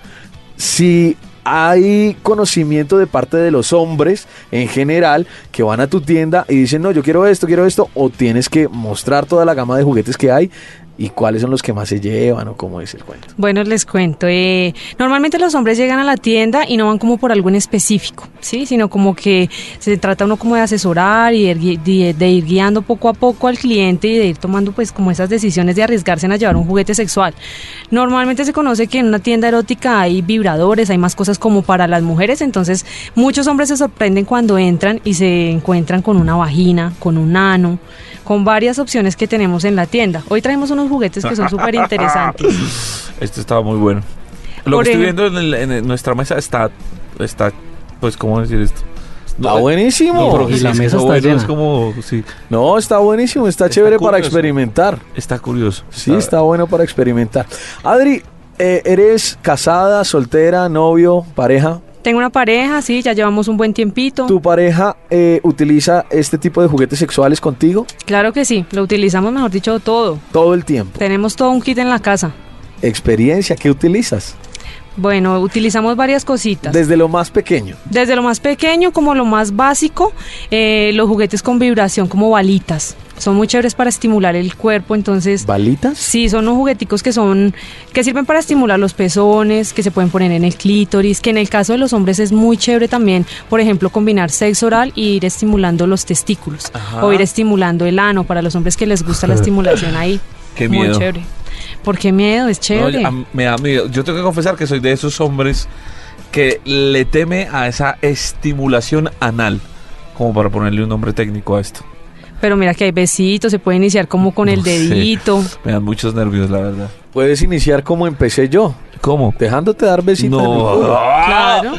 Speaker 4: si hay conocimiento de parte de los hombres en general que van a tu tienda y dicen, no, yo quiero esto, quiero esto, o tienes que mostrar toda la gama de juguetes que hay y cuáles son los que más se llevan o cómo es el cuento.
Speaker 5: Bueno, les cuento. eh, normalmente los hombres llegan a la tienda y no van como por algo en específico, ¿sí? Sino como que se trata uno como de asesorar y de, ir gui- de- de ir guiando poco a poco al cliente y de ir tomando pues como esas decisiones de arriesgarse en a llevar un juguete sexual. Normalmente se conoce que en una tienda erótica hay vibradores, hay más cosas como para las mujeres, entonces muchos hombres se sorprenden cuando entran y se encuentran con una vagina, con un ano, con varias opciones que tenemos en la tienda. Hoy traemos unos juguetes que son súper interesantes.
Speaker 3: Este estaba muy bueno. Lo
Speaker 5: Por
Speaker 3: que estoy
Speaker 5: ejemplo-
Speaker 3: viendo en, el- en el- nuestra mesa está, está, pues, ¿cómo decir esto?
Speaker 4: Está
Speaker 3: No,
Speaker 4: buenísimo.
Speaker 3: no, pero
Speaker 2: Y
Speaker 3: sí,
Speaker 2: la
Speaker 3: es que
Speaker 2: mesa está llena.
Speaker 3: Es como, sí,
Speaker 4: No, está buenísimo, está,
Speaker 3: Está
Speaker 4: chévere para
Speaker 3: curioso.
Speaker 4: experimentar.
Speaker 3: está curioso.
Speaker 4: Sí, está bueno para experimentar. Adri, eh, ¿eres casada, soltera, novio, pareja?
Speaker 5: Tengo una pareja, sí, ya llevamos un buen tiempito.
Speaker 4: ¿Tu pareja eh, utiliza este tipo de juguetes sexuales contigo
Speaker 5: Claro que sí, lo utilizamos, mejor dicho, todo.
Speaker 4: todo el tiempo?
Speaker 5: Tenemos todo un kit en la casa.
Speaker 4: ¿Experiencia? ¿Qué utilizas?
Speaker 5: Bueno, utilizamos varias cositas.
Speaker 4: Desde lo más pequeño.
Speaker 5: Desde lo más pequeño como lo más básico, eh, los juguetes con vibración como balitas. Son muy chéveres para estimular el cuerpo, entonces...
Speaker 4: ¿Balitas?
Speaker 5: Sí, son unos jugueticos que son que sirven para estimular los pezones, que se pueden poner en el clítoris, que en el caso de los hombres es muy chévere también, por ejemplo, combinar sexo oral e ir estimulando los testículos o ir estimulando el ano para los hombres que les gusta la estimulación ahí.
Speaker 3: Qué
Speaker 5: muy
Speaker 3: miedo.
Speaker 5: chévere. ¿Por qué miedo? Es
Speaker 3: No,
Speaker 5: chévere.
Speaker 3: yo- a- me da miedo. Yo tengo que confesar que soy de esos hombres que le teme a esa estimulación anal. Como para ponerle un nombre técnico a esto.
Speaker 5: Pero mira que hay besitos, se puede iniciar como con el
Speaker 3: No sé.
Speaker 5: dedito.
Speaker 3: Me dan muchos nervios, la verdad.
Speaker 4: Puedes iniciar como empecé yo,
Speaker 3: ¿Cómo?
Speaker 4: dejándote dar besitos. en el culo.
Speaker 3: Ah,
Speaker 5: Claro.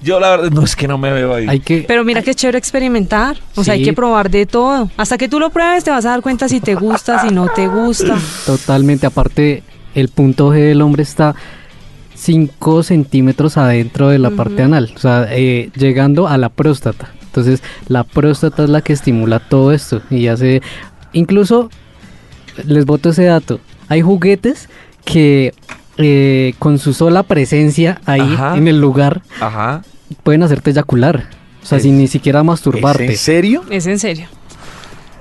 Speaker 3: Yo la verdad, no es que no me veo ahí.
Speaker 2: Hay que...
Speaker 5: Pero mira que es chévere experimentar. O sea, hay
Speaker 2: Sí.
Speaker 5: que probar de todo. Hasta que tú lo pruebes te vas a dar cuenta si te gusta, si no te gusta.
Speaker 2: Totalmente, aparte el punto G del hombre está 5 centímetros adentro de la parte anal, o sea, eh, llegando a la próstata. Entonces, la próstata es la que estimula todo esto y hace, incluso, les boto ese dato, hay juguetes que eh, con su sola presencia ahí
Speaker 3: Ajá.
Speaker 2: en el lugar
Speaker 3: Ajá.
Speaker 2: pueden hacerte eyacular, o sea,
Speaker 4: Es-
Speaker 2: sin ni siquiera
Speaker 4: ¿Es
Speaker 2: masturbarte.
Speaker 4: ¿En serio?
Speaker 5: Es en serio.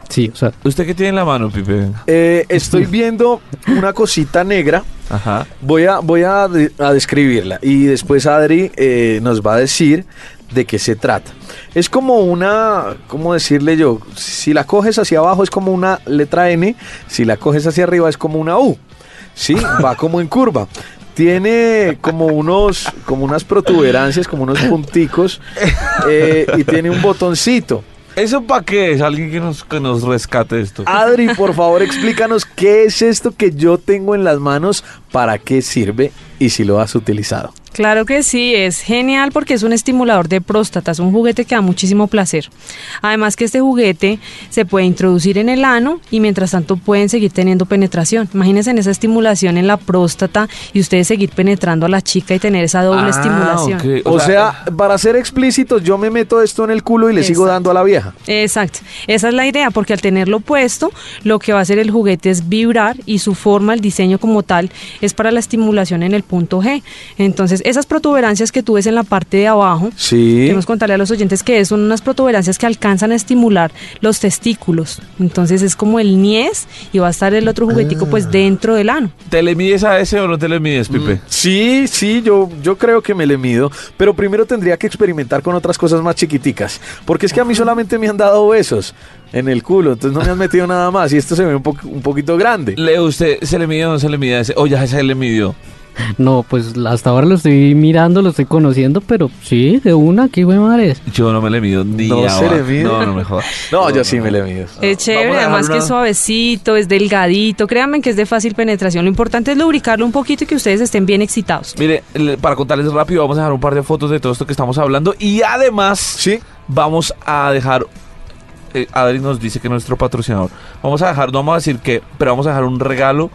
Speaker 2: Sí, o sea,
Speaker 3: ¿Usted qué tiene en la mano, Pipe? Venga.
Speaker 4: Eh, estoy viendo una cosita negra.
Speaker 3: Ajá.
Speaker 4: Voy a, voy a, de- a describirla y después Adri eh, nos va a decir de qué se trata. Es como una, ¿cómo decirle yo? Si la coges hacia abajo es como una letra N, si la coges hacia arriba es como una U. Sí, va como en curva. Tiene como unos, como unas protuberancias, como unos punticos eh, y tiene un botoncito.
Speaker 3: ¿Eso para qué es? Alguien que nos, que nos rescate esto. Ah,
Speaker 4: Adri, por favor, explícanos qué es esto que yo tengo en las manos, para qué sirve y si lo has utilizado.
Speaker 5: Claro que sí, es genial porque es un estimulador de próstata, es un juguete que da muchísimo placer. Además que este juguete se puede introducir en el ano y mientras tanto pueden seguir teniendo penetración. Imagínense en esa estimulación en la próstata y ustedes seguir penetrando a la chica y tener esa doble
Speaker 3: Ah,
Speaker 5: estimulación.
Speaker 3: ok.
Speaker 4: O sea, eh, para ser explícitos, yo me meto esto en el culo y le sigo
Speaker 5: Exacto.
Speaker 4: dando a la vieja.
Speaker 5: Exacto, esa es la idea, porque al tenerlo puesto, lo que va a hacer el juguete es vibrar y su forma, el diseño como tal, es para la estimulación en el punto G. Entonces, esas protuberancias que tú ves en la parte de abajo,
Speaker 4: Sí.
Speaker 5: queremos contarle a los oyentes que son unas protuberancias que alcanzan a estimular los testículos. Entonces, es como el niés y va a estar el otro juguetico
Speaker 3: Ah.
Speaker 5: pues dentro del ano.
Speaker 3: ¿Te le mides a ese o no te le mides, Pipe?
Speaker 4: Mm. Sí, sí, yo, yo creo que me le mido, pero primero tendría que experimentar con otras cosas más chiquiticas, porque es que a mí solamente me han dado besos en el culo, entonces no me han metido nada más y esto se ve un, po- un poquito grande.
Speaker 3: Leo, ¿usted se le midió o no se le midió a ese? O ya se le midió.
Speaker 2: no, pues hasta ahora lo estoy mirando, lo estoy conociendo, pero sí, de una, qué güey madres.
Speaker 3: Yo no me le mido ni
Speaker 4: No
Speaker 3: a
Speaker 4: se le mide.
Speaker 3: No, no me jodas.
Speaker 4: No, yo sí me le mido.
Speaker 5: Es
Speaker 3: Ah. Vamos
Speaker 5: chévere,
Speaker 3: a dejar
Speaker 5: además que
Speaker 3: una-
Speaker 5: es suavecito, es delgadito, créanme que es de fácil penetración. Lo importante es lubricarlo un poquito y que ustedes estén bien excitados.
Speaker 3: Mire, le- para contarles rápido, vamos a dejar un par de fotos de todo esto que estamos hablando. Y además,
Speaker 4: Sí.
Speaker 3: vamos a dejar. eh, Adri nos dice que nuestro patrocinador. Vamos a dejar, no vamos a decir que, pero vamos a dejar un regalo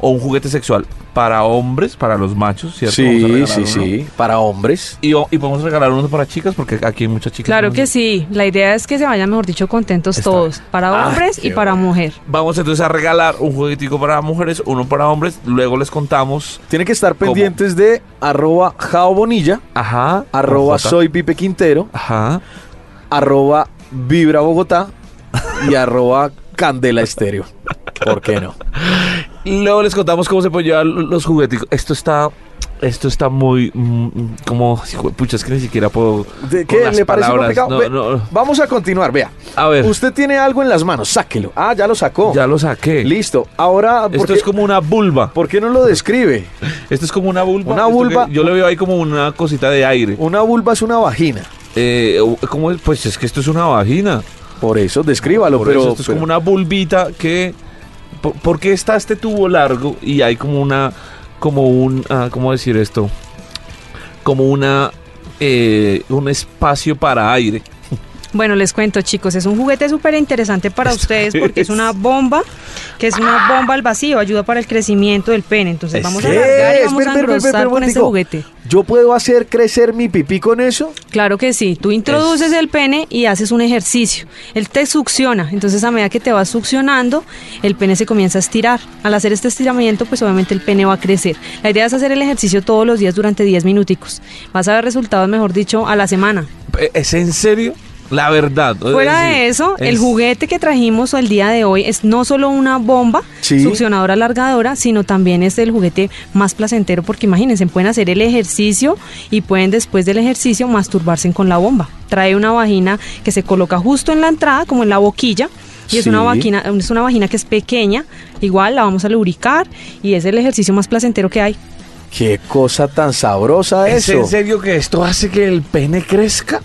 Speaker 3: o un juguete sexual para hombres, para los machos, ¿cierto? Vamos a
Speaker 4: Sí,
Speaker 3: regalar
Speaker 4: sí,
Speaker 3: uno.
Speaker 4: sí. Para hombres.
Speaker 3: Y, o- y podemos regalar uno para chicas porque aquí hay muchas chicas.
Speaker 5: Claro
Speaker 3: ¿no?
Speaker 5: que sí. La idea es que se vayan, mejor dicho, contentos
Speaker 3: Está
Speaker 5: todos, para
Speaker 4: Ah,
Speaker 5: hombres
Speaker 4: qué
Speaker 5: y para mujer.
Speaker 3: Vamos entonces a regalar un juguetico para mujeres, uno para hombres, luego les contamos.
Speaker 4: Tienen que estar
Speaker 3: ¿Cómo?
Speaker 4: pendientes de arroba Jao Bonilla,
Speaker 3: Ajá.
Speaker 4: arroba
Speaker 3: J.
Speaker 4: soy Pipe Quintero,
Speaker 3: Ajá.
Speaker 4: arroba Vibra Bogotá y arroba Candela Estéreo. ¿Por qué no?
Speaker 3: Luego les contamos cómo se pueden llevar los jugueticos. Esto está. Esto está muy. mm, como. Pucha, es que ni siquiera puedo.
Speaker 4: ¿De
Speaker 3: con
Speaker 4: ¿Qué
Speaker 3: las
Speaker 4: le parece
Speaker 3: palabras.
Speaker 4: complicado? Ve,
Speaker 3: No, no.
Speaker 4: Vamos a continuar, vea.
Speaker 3: A ver.
Speaker 4: Usted tiene algo en las manos, sáquelo. Ah, ya lo sacó.
Speaker 3: Ya lo saqué.
Speaker 4: Listo. Ahora, ¿por,
Speaker 3: Esto
Speaker 4: qué,
Speaker 3: es como una vulva.
Speaker 4: por qué no lo describe?
Speaker 3: Esto es como una vulva.
Speaker 4: Una
Speaker 3: Esto
Speaker 4: vulva.
Speaker 3: que Yo le veo ahí como una cosita de aire.
Speaker 4: Una vulva es una vagina.
Speaker 3: Eh, ¿cómo es? Pues es que esto es una vagina.
Speaker 4: Por eso, descríbalo,
Speaker 3: Por
Speaker 4: pero.
Speaker 3: eso, esto es
Speaker 4: pero-
Speaker 3: como una bulbita que. ¿Por, por qué está este tubo largo y hay como una. Como un. ah, ¿Cómo decir esto? Como una. eh, un espacio para aire.
Speaker 5: Bueno, les cuento, chicos, es un juguete súper interesante para ustedes porque es una bomba, que es una bomba al vacío, ayuda para el crecimiento del pene. Entonces
Speaker 3: ¿Es
Speaker 5: vamos a
Speaker 4: ¿Qué?
Speaker 5: alargar y vamos
Speaker 4: Espera,
Speaker 5: a
Speaker 4: espera, espera, espera,
Speaker 5: engrosar con este
Speaker 4: momentico.
Speaker 5: juguete.
Speaker 4: ¿Yo puedo hacer crecer mi pipí con eso?
Speaker 5: Claro que sí, tú introduces el pene y haces un ejercicio. Él te succiona, entonces a medida que te vas succionando, el pene se comienza a estirar. Al hacer este estiramiento, pues obviamente el pene va a crecer. La idea es hacer el ejercicio todos los días durante 10 minuticos. Vas a ver resultados, mejor dicho, a la semana.
Speaker 3: Eh, ¿Es en serio? La verdad. es
Speaker 5: Fuera
Speaker 3: decir,
Speaker 5: de eso, el
Speaker 3: es-
Speaker 5: juguete que trajimos el día de hoy es no solo una bomba
Speaker 4: Sí.
Speaker 5: succionadora alargadora, sino también es el juguete más placentero porque imagínense, pueden hacer el ejercicio y pueden después del ejercicio masturbarse con la bomba. Trae una vagina que se coloca justo en la entrada, como en la boquilla. Y es, una
Speaker 4: Sí.
Speaker 5: vagina, es una vagina que es pequeña, igual la vamos a lubricar y es el ejercicio más placentero que hay.
Speaker 4: Qué cosa tan sabrosa
Speaker 3: ¿Es
Speaker 4: eso.
Speaker 3: en serio que esto hace que el pene crezca?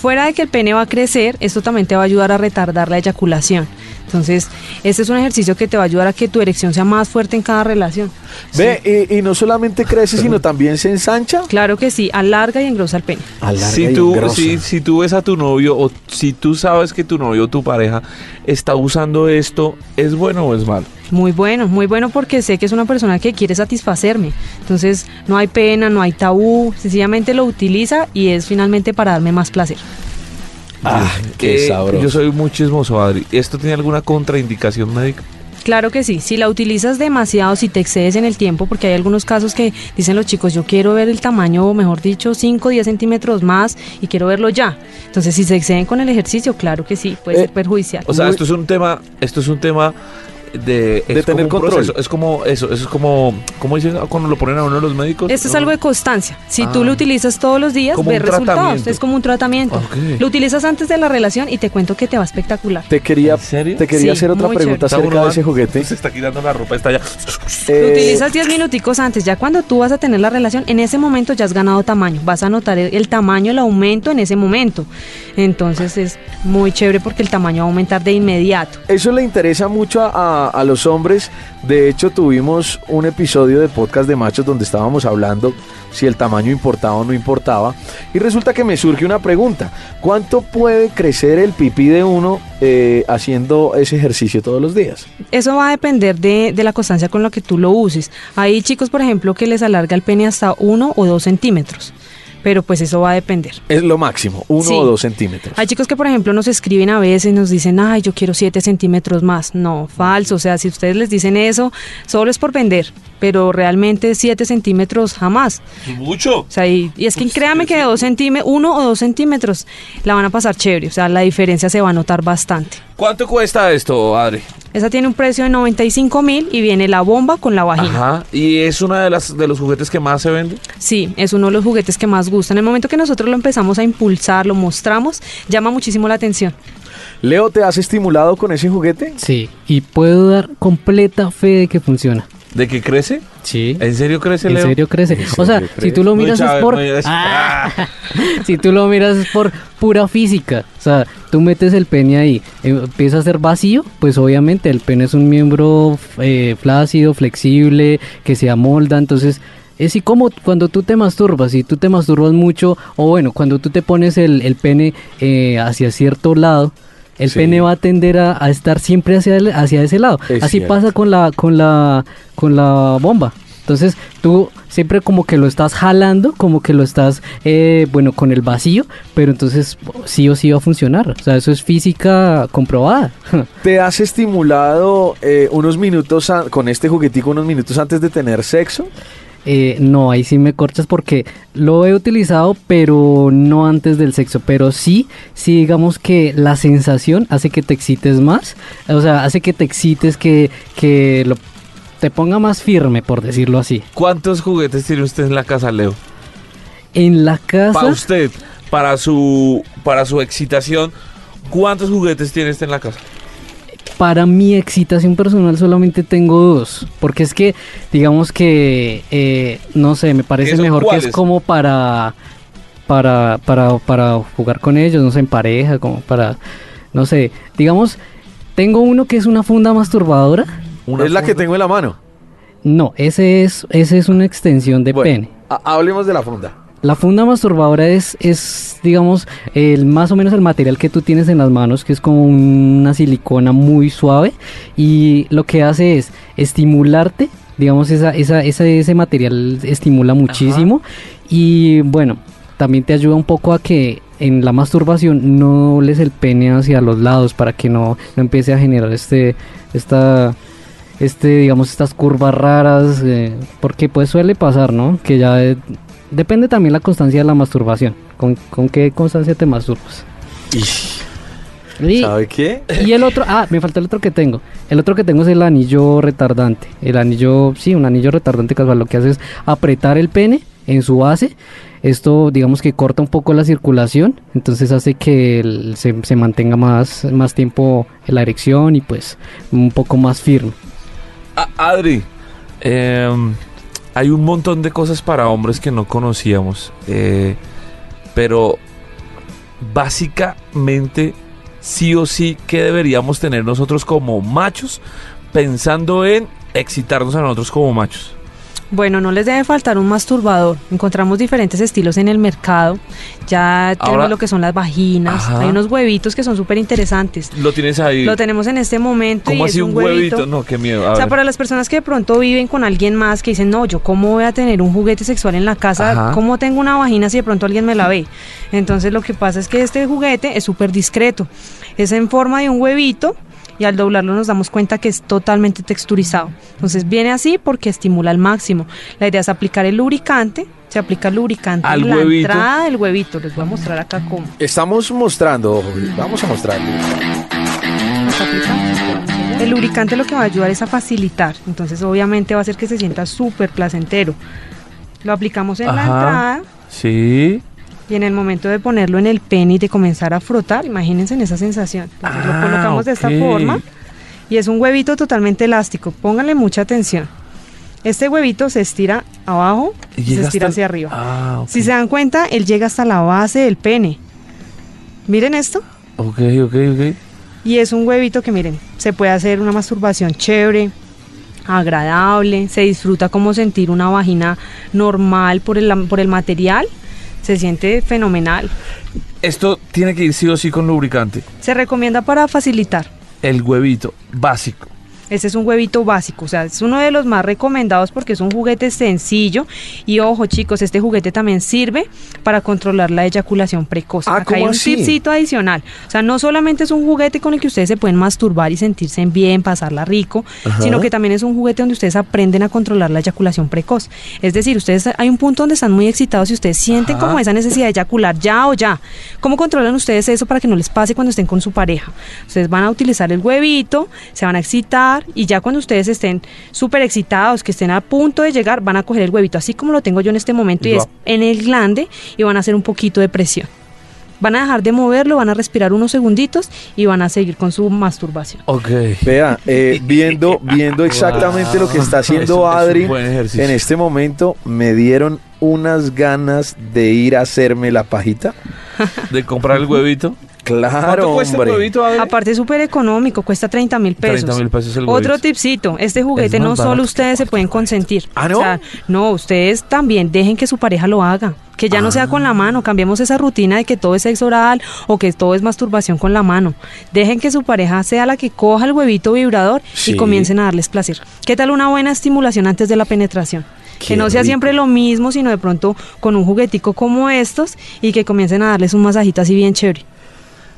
Speaker 5: Fuera de que el pene va a crecer, esto también te va a ayudar a retardar la eyaculación. Entonces, este es un ejercicio que te va a ayudar a que tu erección sea más fuerte en cada relación.
Speaker 4: Ve, y, y no solamente crece, sino también se ensancha.
Speaker 5: Claro que sí, alarga y engrosa el pene.
Speaker 4: Alarga
Speaker 3: Si
Speaker 4: y
Speaker 3: tú,
Speaker 4: engrosa.
Speaker 3: si, si tú ves a tu novio o si tú sabes que tu novio o tu pareja está usando esto, ¿es bueno o es malo?
Speaker 5: Muy bueno, muy bueno porque sé que es una persona que quiere satisfacerme. Entonces, no hay pena, no hay tabú, sencillamente lo utiliza y es finalmente para darme más placer.
Speaker 4: Ah, qué
Speaker 3: Eh,
Speaker 4: sabroso.
Speaker 3: Yo soy muy chismoso, Adri. ¿Esto tiene alguna contraindicación médica?
Speaker 5: Claro que sí, si la utilizas demasiado, si te excedes en el tiempo, porque hay algunos casos que dicen los chicos, yo quiero ver el tamaño, o mejor dicho, 5 o 10 centímetros más y quiero verlo ya. Entonces, si se exceden con el ejercicio, claro que sí, puede
Speaker 4: Eh,
Speaker 5: ser perjudicial.
Speaker 3: O sea,
Speaker 4: Muy-
Speaker 3: esto es un tema, esto es un tema de, es
Speaker 4: De tener
Speaker 3: como un
Speaker 4: control.
Speaker 3: proceso, es como eso, eso es como, ¿cómo dicen Ah, cuando lo ponen a uno de los médicos?
Speaker 5: Esto es
Speaker 3: No.
Speaker 5: algo de constancia. Si
Speaker 3: Ah.
Speaker 5: tú lo utilizas todos los días,
Speaker 3: Como
Speaker 5: ves
Speaker 3: un
Speaker 5: resultados.
Speaker 3: tratamiento.
Speaker 5: Es como un tratamiento.
Speaker 3: Ok.
Speaker 5: Lo utilizas antes de la relación y te cuento que te va espectacular.
Speaker 4: Te quería,
Speaker 3: ¿En serio?
Speaker 4: Te quería
Speaker 5: Sí,
Speaker 4: hacer otra
Speaker 5: muy
Speaker 4: pregunta
Speaker 3: Está uno
Speaker 4: acerca de
Speaker 3: va-
Speaker 4: ese juguete.
Speaker 3: Se está quitando la ropa, está ya.
Speaker 5: Lo
Speaker 4: Eh,
Speaker 5: utilizas 10 minuticos antes, ya cuando tú vas a tener la relación, en ese momento ya has ganado tamaño, vas a notar el, el tamaño, el aumento en ese momento. Entonces es muy chévere porque el tamaño va a aumentar de inmediato.
Speaker 4: Eso le interesa mucho a, a- a los hombres. De hecho, tuvimos un episodio de podcast de machos donde estábamos hablando si el tamaño importaba o no importaba. Y resulta que me surge una pregunta. ¿Cuánto puede crecer el pipí de uno eh, haciendo ese ejercicio todos los días?
Speaker 5: Eso va a depender de, de la constancia con la que tú lo uses. Hay chicos, por ejemplo, que les alarga el pene hasta 1 o 2 centímetros, pero pues eso va a depender.
Speaker 4: Es lo máximo, uno
Speaker 5: Sí.
Speaker 4: o dos centímetros.
Speaker 5: Hay chicos que, por ejemplo, nos escriben a veces, nos dicen, ay, yo quiero 7 centímetros más. No, falso. O sea, si ustedes les dicen eso, solo es por vender, pero realmente 7 centímetros jamás.
Speaker 3: Mucho.
Speaker 5: O sea, y, y es que créanme que de dos centímetros, uno o dos centímetros, la van a pasar chévere. O sea, la diferencia se va a notar bastante.
Speaker 3: ¿Cuánto cuesta esto, Adri?
Speaker 5: Esa tiene un precio de 95 mil y viene la bomba con la vagina.
Speaker 3: Ajá. Y es una de las de los juguetes que más se vende.
Speaker 5: Sí, es uno de los juguetes que más gusta. En el momento que nosotros lo empezamos a impulsar, lo mostramos, llama muchísimo la atención.
Speaker 4: Leo, ¿te has estimulado con ese juguete?
Speaker 2: Sí, y puedo dar completa fe de que funciona.
Speaker 3: ¿De que crece?
Speaker 2: Sí.
Speaker 3: ¿En serio crece,
Speaker 2: ¿En
Speaker 3: Leo?
Speaker 2: serio crece?
Speaker 4: ¿En
Speaker 2: o sea,
Speaker 4: serio
Speaker 2: si
Speaker 4: crees?
Speaker 2: tú lo
Speaker 3: No,
Speaker 2: miras
Speaker 3: Chávez,
Speaker 2: es por...
Speaker 3: no, ya es-
Speaker 2: Ah, si tú lo miras es por pura física. O sea, tú metes el pene ahí, eh, empieza a ser vacío, pues obviamente el pene es un miembro eh, flácido, flexible, que se amolda, entonces... Es así como cuando tú te masturbas, si tú te masturbas mucho, o bueno, cuando tú te pones el, el pene eh, hacia cierto lado, El
Speaker 4: Sí.
Speaker 2: pene va a tender a, a estar siempre hacia, el- hacia ese lado.
Speaker 4: Es
Speaker 2: Así
Speaker 4: cierto.
Speaker 2: pasa con la, con la, con la bomba. Entonces tú siempre como que lo estás jalando, como que lo estás, eh, bueno, con el vacío, pero entonces sí o sí va a funcionar. O sea, eso es física comprobada.
Speaker 4: ¿Te has estimulado eh, unos minutos a- con este juguetico unos minutos antes de tener sexo?
Speaker 2: Eh, no, ahí sí me corchas porque lo he utilizado, pero no antes del sexo. Pero sí, sí digamos que la sensación hace que te excites más. O sea, hace que te excites, que, que lo- te ponga más firme, por decirlo así.
Speaker 3: ¿Cuántos juguetes tiene usted en la casa, Leo?
Speaker 2: En la casa...
Speaker 3: Para usted, para su, para su excitación, ¿cuántos juguetes tiene usted en la casa?
Speaker 2: Para mi excitación personal solamente tengo dos, porque es que digamos que eh, no sé, me parece
Speaker 3: ¿Esos
Speaker 2: mejor que
Speaker 3: cuáles?
Speaker 2: es como para para para para jugar con ellos, no sé, en pareja, como para no sé, digamos tengo uno que es una funda masturbadora.
Speaker 3: Una
Speaker 4: es la que
Speaker 3: funda.
Speaker 4: tengo en la mano.
Speaker 2: No, ese es ese es una extensión de
Speaker 4: Bueno,
Speaker 2: pene.
Speaker 4: ha- hablemos de la funda.
Speaker 2: La funda masturbadora es, es digamos, el, más o menos el material que tú tienes en las manos, que es como una silicona muy suave, y lo que hace es estimularte, digamos, esa, esa, esa- ese material estimula muchísimo, y bueno, también te ayuda un poco a que en la masturbación no dobles el pene hacia los lados para que no, no empiece a generar este, esta, este, digamos, estas curvas raras, eh, porque pues suele pasar, ¿no? Que ya eh, depende también la constancia de la masturbación. ¿Con, con qué constancia te masturbas? Y,
Speaker 4: ¿Sabe qué?
Speaker 2: y el otro, ah, me falta el otro que tengo. El otro que tengo es el anillo retardante. El anillo, sí, un anillo retardante casual. Lo que hace es apretar el pene en su base. Esto, digamos que corta un poco la circulación, entonces hace que el- se, se mantenga más, más tiempo la erección y pues un poco más firme.
Speaker 3: A- Ah, Adri, eh, hay un montón de cosas para hombres que no conocíamos, eh, pero básicamente sí o sí que deberíamos tener nosotros como machos pensando en excitarnos a nosotros como machos.
Speaker 5: Bueno, no les debe faltar un masturbador. Encontramos diferentes estilos en el mercado. Ya tenemos
Speaker 3: Ahora-
Speaker 5: lo que son las vaginas.
Speaker 3: Ajá.
Speaker 5: Hay unos huevitos que son súper interesantes.
Speaker 3: Lo tienes ahí.
Speaker 5: Lo tenemos en este momento.
Speaker 3: ¿Cómo
Speaker 5: y es
Speaker 3: así un huevito? No, qué miedo. a
Speaker 5: O sea,
Speaker 3: ver.
Speaker 5: para las personas que de pronto viven con alguien más que dicen, no, yo cómo voy a tener un juguete sexual en la casa,
Speaker 3: Ajá.
Speaker 5: cómo tengo una vagina si de pronto alguien me la ve. Entonces lo que pasa es que este juguete es súper discreto. Es en forma de un huevito y al doblarlo nos damos cuenta que es totalmente texturizado. Entonces viene así porque estimula al máximo. La idea es aplicar el lubricante. Se aplica lubricante
Speaker 3: Al
Speaker 5: en la
Speaker 3: huevito.
Speaker 5: entrada del huevito. Les voy a mostrar acá cómo.
Speaker 4: Estamos mostrando, ojo, vamos a mostrarlo.
Speaker 5: El lubricante lo que va a ayudar es a facilitar, entonces obviamente va a hacer que se sienta súper placentero. Lo aplicamos en la
Speaker 3: Ajá.
Speaker 5: entrada
Speaker 3: Sí.
Speaker 5: y en el momento de ponerlo en el pene y de comenzar a frotar, imagínense en esa sensación. Entonces
Speaker 3: Ah,
Speaker 5: lo colocamos de esta
Speaker 3: ok.
Speaker 5: forma y es un huevito totalmente elástico. Pónganle mucha atención. Este huevito se estira abajo y, se
Speaker 3: llega
Speaker 5: estira
Speaker 3: hasta-
Speaker 5: hacia arriba.
Speaker 3: Ah, ok.
Speaker 5: Si se dan cuenta, él llega hasta la base del pene. Miren esto.
Speaker 3: Ok, ok, ok.
Speaker 5: Y es un huevito que miren, se puede hacer una masturbación chévere, agradable, se disfruta como sentir una vagina normal por el, por el material, se siente fenomenal.
Speaker 3: Esto tiene que ir sí o sí con lubricante.
Speaker 5: Se recomienda para facilitar.
Speaker 3: El huevito básico.
Speaker 5: Este es un huevito básico, o sea, es uno de los más recomendados porque es un juguete sencillo. Y ojo, chicos, este juguete también sirve para controlar la eyaculación precoz.
Speaker 4: Ah,
Speaker 5: Acá hay
Speaker 4: ¿cómo
Speaker 5: un
Speaker 4: así?
Speaker 5: tipcito adicional. O sea, no solamente es un juguete con el que ustedes se pueden masturbar y sentirse bien, pasarla rico, sino que también es un juguete donde ustedes aprenden a controlar la eyaculación precoz. Es decir, ustedes hay un punto donde están muy excitados y ustedes sienten
Speaker 3: Ajá.
Speaker 5: como esa necesidad de eyacular ya o ya. ¿Cómo controlan ustedes eso para que no les pase cuando estén con su pareja? Ustedes van a utilizar el huevito, se van a excitar y ya cuando ustedes estén súper excitados, que estén a punto de llegar, van a coger el huevito, así como lo tengo yo en este momento, y
Speaker 3: Ya.
Speaker 5: es en el glande y van a hacer un poquito de presión. Van a dejar de moverlo, van a respirar unos segunditos y van a seguir con su masturbación.
Speaker 3: Ok.
Speaker 4: Vea, eh, viendo, viendo exactamente lo que está haciendo
Speaker 3: Eso- eso es un
Speaker 4: Adri
Speaker 3: buen ejercicio.
Speaker 4: en este momento, me dieron unas ganas de ir a hacerme la pajita.
Speaker 3: De comprar el huevito.
Speaker 4: Claro,
Speaker 3: ¿Cuánto cuesta el
Speaker 4: hombre.
Speaker 3: huevito, Adri?
Speaker 5: Aparte es súper económico, cuesta 30 mil pesos.
Speaker 3: 30 mil pesos el huevito.
Speaker 5: Otro tipcito, este juguete
Speaker 3: Es más
Speaker 5: no solo
Speaker 3: barato.
Speaker 5: ustedes se pueden consentir.
Speaker 4: Ah, ¿no?
Speaker 5: no, ustedes también dejen que su pareja lo haga. que ya no
Speaker 3: Ah.
Speaker 5: sea con la mano, cambiemos esa rutina de que todo es sexo oral o que todo es masturbación con la mano. Dejen que su pareja sea la que coja el huevito vibrador
Speaker 4: Sí.
Speaker 5: y comiencen a darles placer. ¿Qué tal una buena estimulación antes de la penetración?
Speaker 4: Qué
Speaker 5: que no sea
Speaker 4: rico.
Speaker 5: siempre lo mismo, sino de pronto con un juguetico como estos y que comiencen a darles un masajito así bien chévere.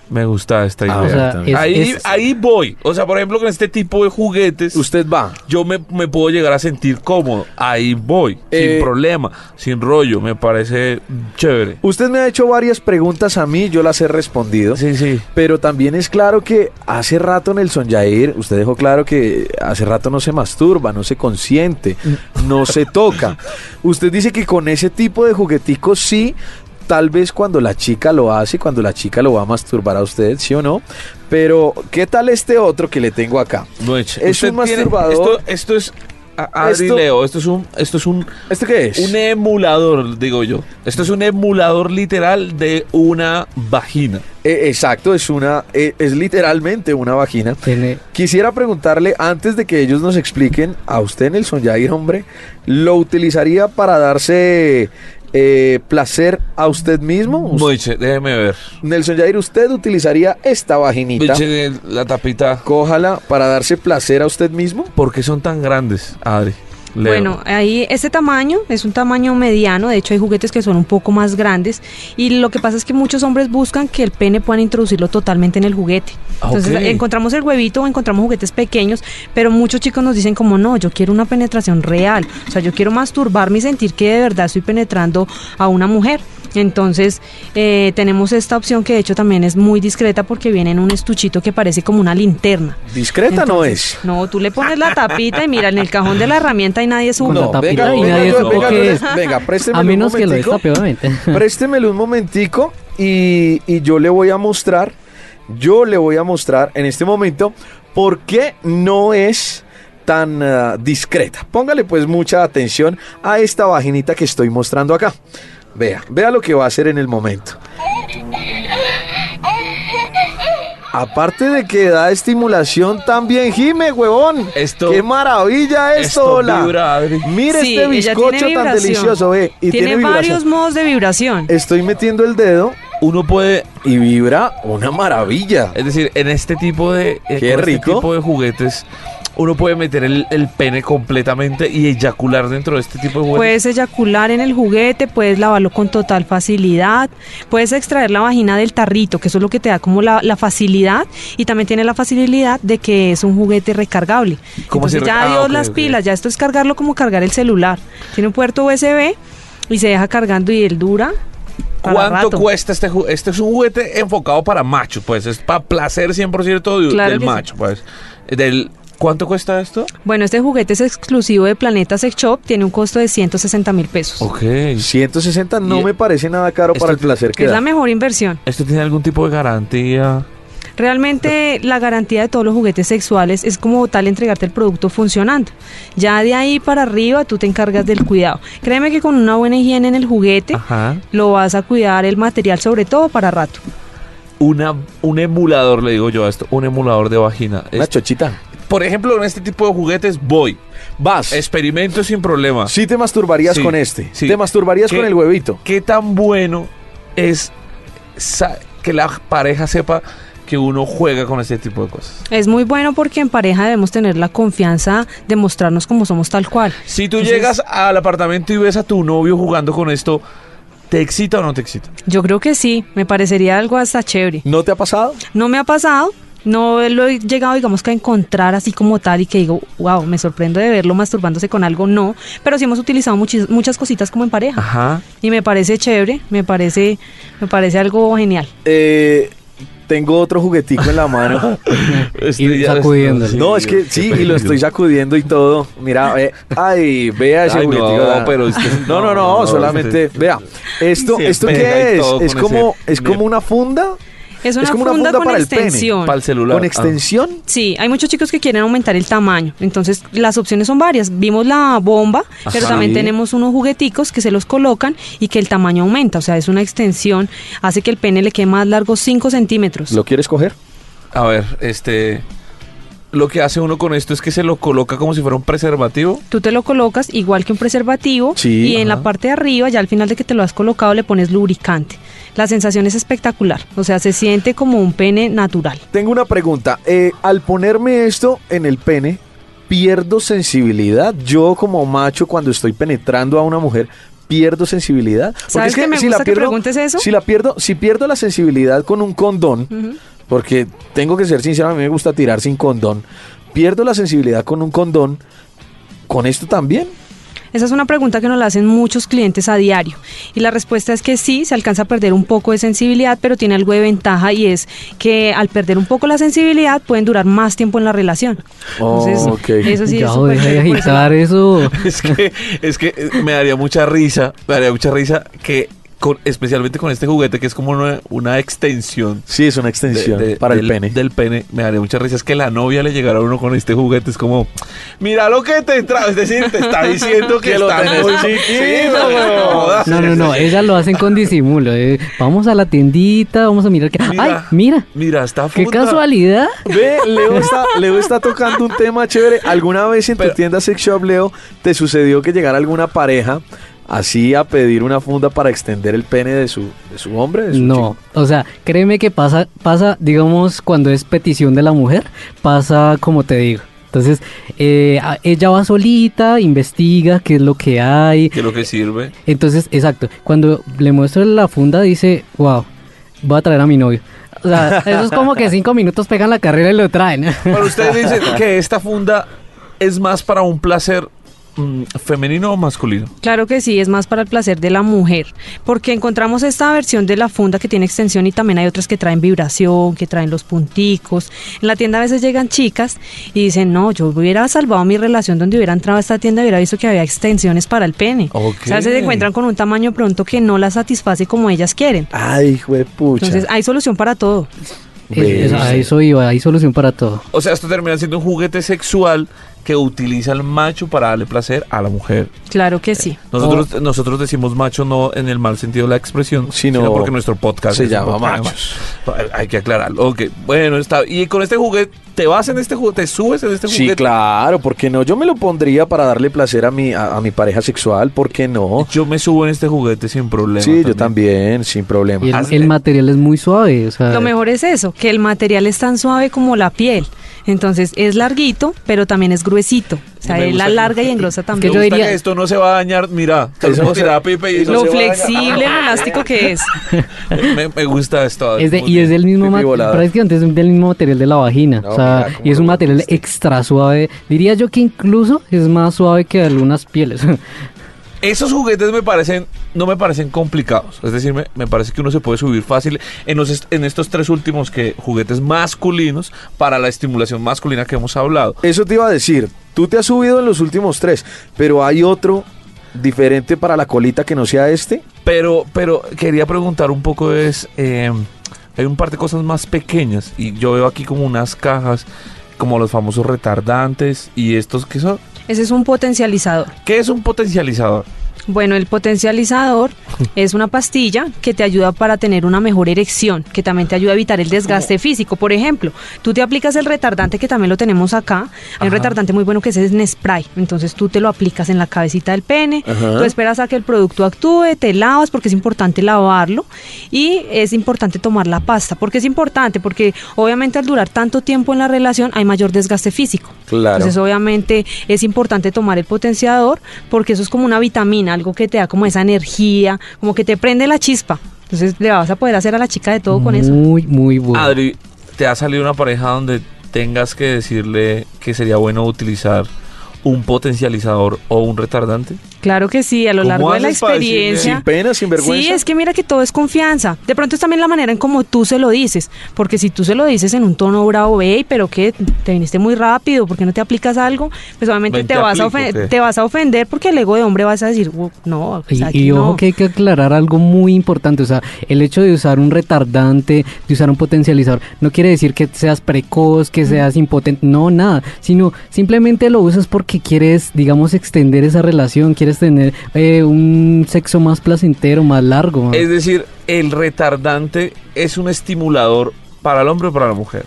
Speaker 3: Me gusta esta idea.
Speaker 4: Ah,
Speaker 2: O sea,
Speaker 4: Exactamente.
Speaker 2: es-
Speaker 3: ahí,
Speaker 2: es-
Speaker 3: ahí voy. O sea, por ejemplo, con este tipo de juguetes,
Speaker 4: Usted va.
Speaker 3: yo me, me puedo llegar a sentir cómodo. Ahí voy,
Speaker 4: Eh,
Speaker 3: sin problema, sin rollo. Me parece chévere.
Speaker 4: Usted me ha hecho varias preguntas a mí, yo las he respondido.
Speaker 3: Sí, sí.
Speaker 4: Pero también es claro que hace rato Nelson Jair, usted dejó claro que hace rato no se masturba, no se consiente, no se toca. Usted dice que con ese tipo de jugueticos sí, tal vez cuando la chica lo hace, cuando la chica lo va a masturbar a usted, sí o no. Pero, ¿qué tal este otro que le tengo acá?
Speaker 3: Noche.
Speaker 4: Es
Speaker 3: Usted
Speaker 4: un
Speaker 3: tiene-
Speaker 4: masturbador.
Speaker 3: Esto, esto es. a- Adri
Speaker 4: Esto-
Speaker 3: Leo, esto es un, esto es un,
Speaker 4: ¿Este qué es?
Speaker 3: un e- emulador, digo yo. Esto es un emulador literal de una vagina.
Speaker 4: Eh, exacto, es una, eh, es literalmente una vagina.
Speaker 2: tiene-
Speaker 4: Quisiera preguntarle, antes de que ellos nos expliquen, a usted, Nelson Jair, hombre, ¿lo utilizaría para darse eh, placer a usted mismo? Us-
Speaker 3: Noche, déjeme ver.
Speaker 4: Nelson Jair, ¿usted utilizaría esta vaginita?
Speaker 3: Noche, la tapita.
Speaker 4: Cójala para darse placer a usted mismo.
Speaker 3: ¿Por qué son tan grandes, Adri? Leo.
Speaker 5: Bueno, ahí este tamaño es un tamaño mediano, de hecho hay juguetes que son un poco más grandes y lo que pasa es que muchos hombres buscan que el pene puedan introducirlo totalmente en el juguete.
Speaker 3: Ah,
Speaker 5: Entonces
Speaker 3: ok.
Speaker 5: encontramos el huevito, encontramos juguetes pequeños, pero muchos chicos nos dicen como no, yo quiero una penetración real, o sea, yo quiero masturbarme y sentir que de verdad estoy penetrando a una mujer. Entonces eh, tenemos esta opción que de hecho también es muy discreta porque viene en un estuchito que parece como una linterna.
Speaker 4: Discreta no
Speaker 5: Entonces,
Speaker 4: es.
Speaker 5: No, tú le pones la tapita y mira, en el cajón de la herramienta y nadie sube.
Speaker 2: la
Speaker 4: No,
Speaker 2: tapita
Speaker 4: venga,
Speaker 2: y
Speaker 4: venga,
Speaker 2: nadie
Speaker 4: yo-
Speaker 2: supo
Speaker 4: venga,
Speaker 2: qué
Speaker 4: yo-
Speaker 2: es.
Speaker 4: venga, préstemelo
Speaker 2: a
Speaker 4: un
Speaker 2: menos que lo
Speaker 4: momentico.
Speaker 2: destape, obviamente.
Speaker 4: Préstemelo un momentico y, y yo le voy a mostrar, yo le voy a mostrar en este momento por qué no es tan ah, discreta. Póngale pues mucha atención a esta vaginita que estoy mostrando acá. Vea, vea lo que va a hacer en el momento. Aparte de que da estimulación, también gime, huevón.
Speaker 3: Esto-
Speaker 4: ¡Qué maravilla esto,
Speaker 3: esto
Speaker 4: hola!
Speaker 3: vibra, Adri.
Speaker 4: Mire
Speaker 5: Sí,
Speaker 4: este
Speaker 5: ella tiene
Speaker 4: bizcocho tan
Speaker 5: vibración.
Speaker 4: delicioso, ve. Y tiene,
Speaker 5: tiene,
Speaker 4: vibración. Eh,
Speaker 5: varios modos de vibración.
Speaker 4: Estoy metiendo el dedo
Speaker 3: Uno puede
Speaker 4: y vibra una maravilla.
Speaker 3: Es decir, en este tipo de eh,
Speaker 4: Qué
Speaker 3: con este
Speaker 4: rico.
Speaker 3: tipo de juguetes, uno puede meter el, el pene completamente y eyacular dentro de este tipo de juguetes.
Speaker 5: Puedes eyacular en el juguete, puedes lavarlo con total facilidad, puedes extraer la vagina del tarrito, que eso es lo que te da como la, la facilidad, y también tiene la facilidad de que es un juguete recargable.
Speaker 3: ¿Cómo
Speaker 5: Entonces
Speaker 3: así
Speaker 5: ya
Speaker 3: recar- ah,
Speaker 5: adiós
Speaker 3: ok,
Speaker 5: las
Speaker 3: ok.
Speaker 5: pilas, ya esto es cargarlo como cargar el celular. Tiene un puerto USB y se deja cargando y él dura. para
Speaker 3: ¿Cuánto
Speaker 5: rato.
Speaker 3: cuesta este juguete? Este es un juguete enfocado para macho, pues es para placer 100% de-
Speaker 5: Claro
Speaker 3: del
Speaker 5: que sí.
Speaker 3: macho, pues. Del, ¿Cuánto cuesta esto?
Speaker 5: Bueno, este juguete es exclusivo de Planeta Sex Shop, tiene un costo de 160 mil pesos.
Speaker 3: Ok.
Speaker 4: 160 no
Speaker 3: Y-
Speaker 4: me parece nada caro
Speaker 3: Esto
Speaker 4: para el
Speaker 3: t-
Speaker 4: placer que
Speaker 5: Es la
Speaker 4: da.
Speaker 5: mejor inversión.
Speaker 3: ¿Esto tiene algún tipo de garantía?
Speaker 5: Realmente la garantía de todos los juguetes sexuales es como tal entregarte el producto funcionando. Ya de ahí para arriba tú te encargas del cuidado. Créeme que con una buena higiene en el juguete
Speaker 3: Ajá.
Speaker 5: lo vas a cuidar el material sobre todo para rato.
Speaker 3: Una, un emulador, le digo yo a esto, un emulador de vagina.
Speaker 4: Una
Speaker 3: Es-
Speaker 4: chochita.
Speaker 3: por ejemplo, en este tipo de juguetes voy,
Speaker 4: Vas.
Speaker 3: experimento sin problema.
Speaker 4: Sí te masturbarías
Speaker 3: Sí,
Speaker 4: con este.
Speaker 3: sí.
Speaker 4: Te masturbarías
Speaker 3: ¿Qué?
Speaker 4: con el huevito.
Speaker 3: ¿Qué tan bueno es sa- que la pareja sepa que uno juega con este tipo de cosas?
Speaker 5: Es muy bueno porque en pareja debemos tener la confianza de mostrarnos como somos tal cual.
Speaker 3: Si tú
Speaker 5: Entonces-
Speaker 3: llegas al apartamento y ves a tu novio jugando con esto, ¿te excita o no te excita?
Speaker 5: Yo creo que sí, me parecería algo hasta chévere.
Speaker 4: ¿No te ha pasado?
Speaker 5: No me ha pasado. No lo he llegado, digamos, que a encontrar así como tal y que digo, wow, me sorprendo de verlo masturbándose con algo, no. Pero sí hemos utilizado muchis- muchas cositas como en pareja.
Speaker 3: Ajá.
Speaker 5: Y me parece chévere, me parece, me parece algo genial.
Speaker 4: Eh, tengo otro juguetico en la mano.
Speaker 3: Este,
Speaker 2: Y sacudiéndole.
Speaker 4: no, es que sí, y lo estoy sacudiendo y todo. Mira, ve. ay, vea ese
Speaker 3: Ay, no,
Speaker 4: juguetico. da-
Speaker 3: pero usted-
Speaker 4: no, no, no,
Speaker 3: no,
Speaker 4: solamente,
Speaker 3: usted-
Speaker 4: vea. Esto,
Speaker 3: Se
Speaker 4: ¿esto
Speaker 3: pega y
Speaker 4: qué es?
Speaker 3: todo
Speaker 4: Es
Speaker 3: con
Speaker 4: como,
Speaker 3: ese-
Speaker 4: es como una funda.
Speaker 5: Es una,
Speaker 4: como una
Speaker 5: funda,
Speaker 4: funda
Speaker 5: con
Speaker 4: para el pene,
Speaker 5: extensión.
Speaker 3: Para el celular. ah.
Speaker 4: Con extensión.
Speaker 5: Sí, hay muchos chicos que quieren aumentar el tamaño, entonces las opciones son varias. Vimos la bomba, pero
Speaker 3: Ajá.
Speaker 5: también
Speaker 4: Sí.
Speaker 5: tenemos unos jugueticos que se los colocan y que el tamaño aumenta, o sea, es una extensión, hace que el pene le quede más largo 5 centímetros.
Speaker 4: ¿Lo quieres coger?
Speaker 3: Ah, a ver, este. lo que hace uno con esto es que se lo coloca como si fuera un preservativo.
Speaker 5: Tú te lo colocas igual que un preservativo
Speaker 4: Sí,
Speaker 5: y en
Speaker 4: ajá.
Speaker 5: la parte de arriba, ya al final de que te lo has colocado, le pones lubricante. La sensación es espectacular, o sea, se siente como un pene natural.
Speaker 4: Tengo una pregunta. eh, al ponerme esto en el pene, ¿pierdo sensibilidad? Yo como macho cuando estoy penetrando a una mujer, ¿pierdo sensibilidad? Porque
Speaker 5: ¿Sabes que me gusta que preguntes eso?
Speaker 4: Si la pierdo, si pierdo la sensibilidad con un condón,
Speaker 5: Ujú.
Speaker 4: porque tengo que ser sincero, a mí me gusta tirar sin condón, pierdo la sensibilidad con un condón, ¿con esto también?
Speaker 5: Esa es una pregunta que nos la hacen muchos clientes a diario. Y la respuesta es que sí, se alcanza a perder un poco de sensibilidad, pero tiene algo de ventaja y es que al perder un poco la sensibilidad pueden durar más tiempo en la relación. Entonces,
Speaker 4: Oh, ok.
Speaker 5: eso sí es
Speaker 2: ya,
Speaker 5: súper
Speaker 2: deja de
Speaker 5: chévere por ese lado.
Speaker 2: agitar eso.
Speaker 3: Es que, es que eh, me daría mucha risa, me daría mucha risa que con- especialmente con este juguete que es como una, una extensión.
Speaker 4: Sí, es una
Speaker 3: de-
Speaker 4: extensión
Speaker 3: de-
Speaker 4: para
Speaker 3: del-
Speaker 4: el pene.
Speaker 3: Del pene, me daría mucha risa. Es que la novia le llegara a uno con este juguete. Es como, mira lo que te trae. Es decir, te está diciendo que,
Speaker 4: Que lo
Speaker 3: está
Speaker 4: tenés
Speaker 3: muy
Speaker 4: chiquito,
Speaker 3: chiquito, no jodas.
Speaker 2: No, no, no, ellas lo hacen con disimulo. eh. Vamos a la tiendita, vamos a mirar que... ¡Ay, mira!
Speaker 3: Mira, está
Speaker 2: ¡Qué
Speaker 3: funda.
Speaker 2: casualidad!
Speaker 4: Ve, Leo está, Leo está tocando un tema chévere. ¿Alguna vez en tu
Speaker 3: Pero-
Speaker 4: tienda sex shop, Leo, te sucedió que llegara alguna pareja así a pedir una funda para extender el pene de su, de su hombre? de su
Speaker 2: No,
Speaker 4: chico?
Speaker 2: o sea, créeme que pasa, pasa, digamos, cuando es petición de la mujer, pasa como te digo. Entonces, eh, a- ella va solita, investiga qué es lo que hay.
Speaker 3: ¿Qué es lo que sirve?
Speaker 2: Entonces, exacto, cuando le muestro la funda dice, wow, voy a traer a mi novio. O sea, eso es como que cinco minutos pegan la carrera y lo traen.
Speaker 3: Pero ustedes dicen que esta funda es más para un placer mm, femenino o masculino.
Speaker 5: Claro que sí, es más para el placer de la mujer, porque encontramos esta versión de la funda que tiene extensión y también hay otras que traen vibración, que traen los punticos. En la tienda a veces llegan chicas y dicen, no, yo hubiera salvado mi relación donde hubiera entrado a esta tienda, hubiera visto que había extensiones para el pene.
Speaker 3: Ok.
Speaker 5: O sea, se encuentran con un tamaño pronto que no las satisface como ellas quieren.
Speaker 4: Ay, hijo de pucha.
Speaker 5: Entonces,
Speaker 2: ah,
Speaker 5: hay solución para todo.
Speaker 4: Ve,
Speaker 2: Eso- a eso iba, hay solución para todo.
Speaker 3: O sea, esto termina siendo un juguete sexual que utiliza el macho para darle placer a la mujer.
Speaker 5: Claro que sí.
Speaker 3: Nosotros,
Speaker 4: Oh.
Speaker 3: nosotros decimos macho no en el mal sentido de la expresión,
Speaker 4: Sino-
Speaker 3: sino, porque nuestro podcast
Speaker 4: se
Speaker 3: es un
Speaker 4: llama
Speaker 3: podcast de
Speaker 4: Machos.
Speaker 3: macho. Hay que aclararlo. Ok, bueno, está. Y con este juguete, ¿te vas en este juguete? ¿Te subes en este
Speaker 4: Sí,
Speaker 3: juguete?
Speaker 4: claro, ¿por qué no? Yo me lo pondría para darle placer a mi, a, a mi pareja sexual, ¿por qué no?
Speaker 3: Yo me subo en este juguete sin problema.
Speaker 4: Sí, yo también, sin problema.
Speaker 2: Y el,
Speaker 3: Hazle-
Speaker 2: el material es muy suave, o sea,
Speaker 5: Lo mejor es eso, que el material es tan suave como la piel. Entonces es larguito, pero también es gruesito. O sea,
Speaker 3: Me
Speaker 5: él la
Speaker 3: gusta que-
Speaker 5: larga y engrosa
Speaker 3: Me
Speaker 5: también.
Speaker 2: yo
Speaker 3: gusta
Speaker 2: diría-
Speaker 3: que esto no se va a dañar, mira,
Speaker 4: Eso
Speaker 3: eso
Speaker 4: no se-
Speaker 3: será Pipe y eso
Speaker 5: lo
Speaker 3: se va a dañar.
Speaker 5: flexible, lo elástico que es.
Speaker 3: me, me gusta esto.
Speaker 2: Es de-
Speaker 3: muy
Speaker 2: y
Speaker 3: bien.
Speaker 2: es del mismo
Speaker 4: Pipí
Speaker 2: ma-
Speaker 4: volador.
Speaker 2: prácticamente es del mismo material de la vagina.
Speaker 4: No,
Speaker 2: o sea,
Speaker 4: mira cómo
Speaker 2: y es un
Speaker 4: lo
Speaker 2: material
Speaker 4: volviste.
Speaker 2: extra suave. Diría yo que incluso es más suave que algunas pieles.
Speaker 3: Esos juguetes me parecen, no me parecen complicados. Es decir, me, me parece que uno se puede subir fácil en, los est- en estos tres últimos que, juguetes masculinos para la estimulación masculina que hemos hablado.
Speaker 4: Eso te iba a decir. Tú te has subido en los últimos tres, pero hay otro diferente para la colita que no sea este.
Speaker 3: Pero, pero quería preguntar un poco es, eh, hay un par de cosas más pequeñas y yo veo aquí como unas cajas, como los famosos retardantes y estos que son.
Speaker 5: Ese es un potencializador.
Speaker 3: ¿Qué es un potencializador?
Speaker 5: Bueno, el potencializador es una pastilla que te ayuda para tener una mejor erección, que también te ayuda a evitar el desgaste físico. Por ejemplo, tú te aplicas el retardante que también lo tenemos acá. Hay un
Speaker 3: Ajá.
Speaker 5: retardante muy bueno que ese es en spray. Entonces tú te lo aplicas en la cabecita del pene,
Speaker 4: Ajá.
Speaker 5: tú esperas a que el producto actúe, te lavas porque es importante lavarlo y es importante tomar la pasta. porque es importante? Porque obviamente al durar tanto tiempo en la relación hay mayor desgaste físico.
Speaker 4: Claro.
Speaker 5: Entonces, obviamente, es importante tomar el potenciador porque eso es como una vitamina, algo que te da como esa energía, como que te prende la chispa. Entonces, le vas a poder hacer a la chica de todo con eso.
Speaker 2: Muy, muy bueno.
Speaker 3: Adri, ¿te ha salido una pareja donde tengas que decirle que sería bueno utilizar un potencializador o un retardante?
Speaker 5: Claro que sí, a lo
Speaker 3: ¿Cómo
Speaker 5: largo de la
Speaker 3: haces para decirle?
Speaker 5: experiencia.
Speaker 4: Sin pena, sin vergüenza.
Speaker 5: Sí, es que mira que todo es confianza. De pronto es también la manera en como tú se lo dices. Porque si tú se lo dices en un tono bravo, ve, pero que te viniste muy rápido, ¿por qué no te aplicas algo? Pues obviamente
Speaker 3: Ven,
Speaker 5: te,
Speaker 3: te
Speaker 5: vas, a
Speaker 3: aplico,
Speaker 5: ofen-
Speaker 3: ¿qué?
Speaker 5: te vas a ofender porque el ego de hombre vas a decir, "Uh, no, o sea,
Speaker 2: Y,
Speaker 5: aquí
Speaker 2: y ojo
Speaker 5: no".
Speaker 2: que hay que aclarar algo muy importante, o sea, el hecho de usar un retardante, de usar un potencializador, no quiere decir que seas precoz, que seas impotente, no, nada, sino simplemente lo usas porque quieres, digamos, extender esa relación, quieres tener eh, un sexo más placentero, más largo.
Speaker 3: Es decir, el retardante es un estimulador para el hombre o para la mujer.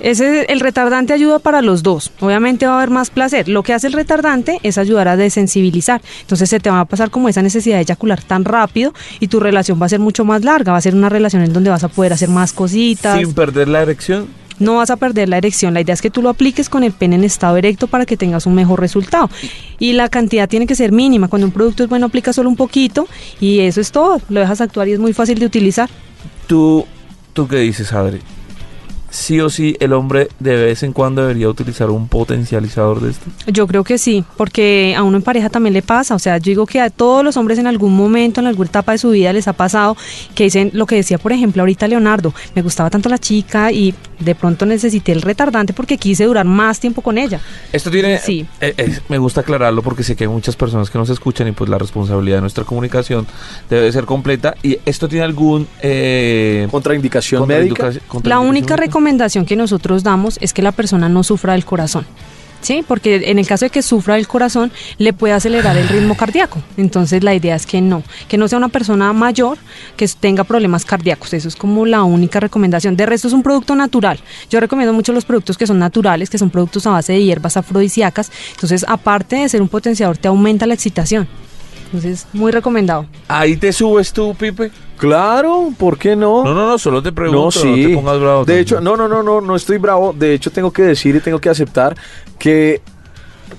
Speaker 5: Ese, el retardante ayuda para los dos. Obviamente va a haber más placer. Lo que hace el retardante es ayudar a desensibilizar. Entonces se te va a pasar como esa necesidad de eyacular tan rápido y tu relación va a ser mucho más larga. Va a ser una relación en donde vas a poder hacer más cositas.
Speaker 3: Sin perder la erección.
Speaker 5: No vas a perder la erección. La idea es que tú lo apliques con el pene en estado erecto para que tengas un mejor resultado. Y la cantidad tiene que ser mínima. Cuando un producto es bueno, aplica solo un poquito y eso es todo. Lo dejas actuar y es muy fácil de utilizar.
Speaker 3: ¿Tú, ¿Tú qué dices, Adri? sí o sí el hombre de vez en cuando debería utilizar un potencializador de este. esto?
Speaker 5: Yo creo que sí, porque a uno en pareja también le pasa. O sea, yo digo que a todos los hombres en algún momento, en alguna etapa de su vida les ha pasado que dicen lo que decía, por ejemplo, ahorita Leonardo, me gustaba tanto la chica y de pronto necesité el retardante porque quise durar más tiempo con ella.
Speaker 3: Esto tiene...
Speaker 5: Sí.
Speaker 3: eh, eh, me gusta aclararlo porque sé que hay muchas personas que nos escuchan y pues la responsabilidad de nuestra comunicación debe ser completa. ¿Y esto tiene algún... eh,
Speaker 4: Contraindicación médica.
Speaker 3: contraindica- contraindicación
Speaker 5: La única
Speaker 3: médica?
Speaker 5: recomendación que nosotros damos es que la persona no sufra del corazón. Sí, porque en el caso de que sufra el corazón, le puede acelerar el ritmo cardíaco. Entonces la idea es que no, que no sea una persona mayor que tenga problemas cardíacos. Eso es como la única recomendación. De resto es un producto natural. Yo recomiendo mucho los productos que son naturales, que son productos a base de hierbas afrodisíacas. Entonces, aparte de ser un potenciador, te aumenta la excitación. Entonces, muy recomendado.
Speaker 3: Ahí te subes tú, Pipe.
Speaker 4: Claro, ¿por qué no?
Speaker 3: No, no, no, solo te pregunto, no,
Speaker 4: no, sí.
Speaker 3: te pongas bravo.
Speaker 4: De
Speaker 3: también.
Speaker 4: hecho, no, no, no, no, no estoy bravo. De hecho, tengo que decir y tengo que aceptar que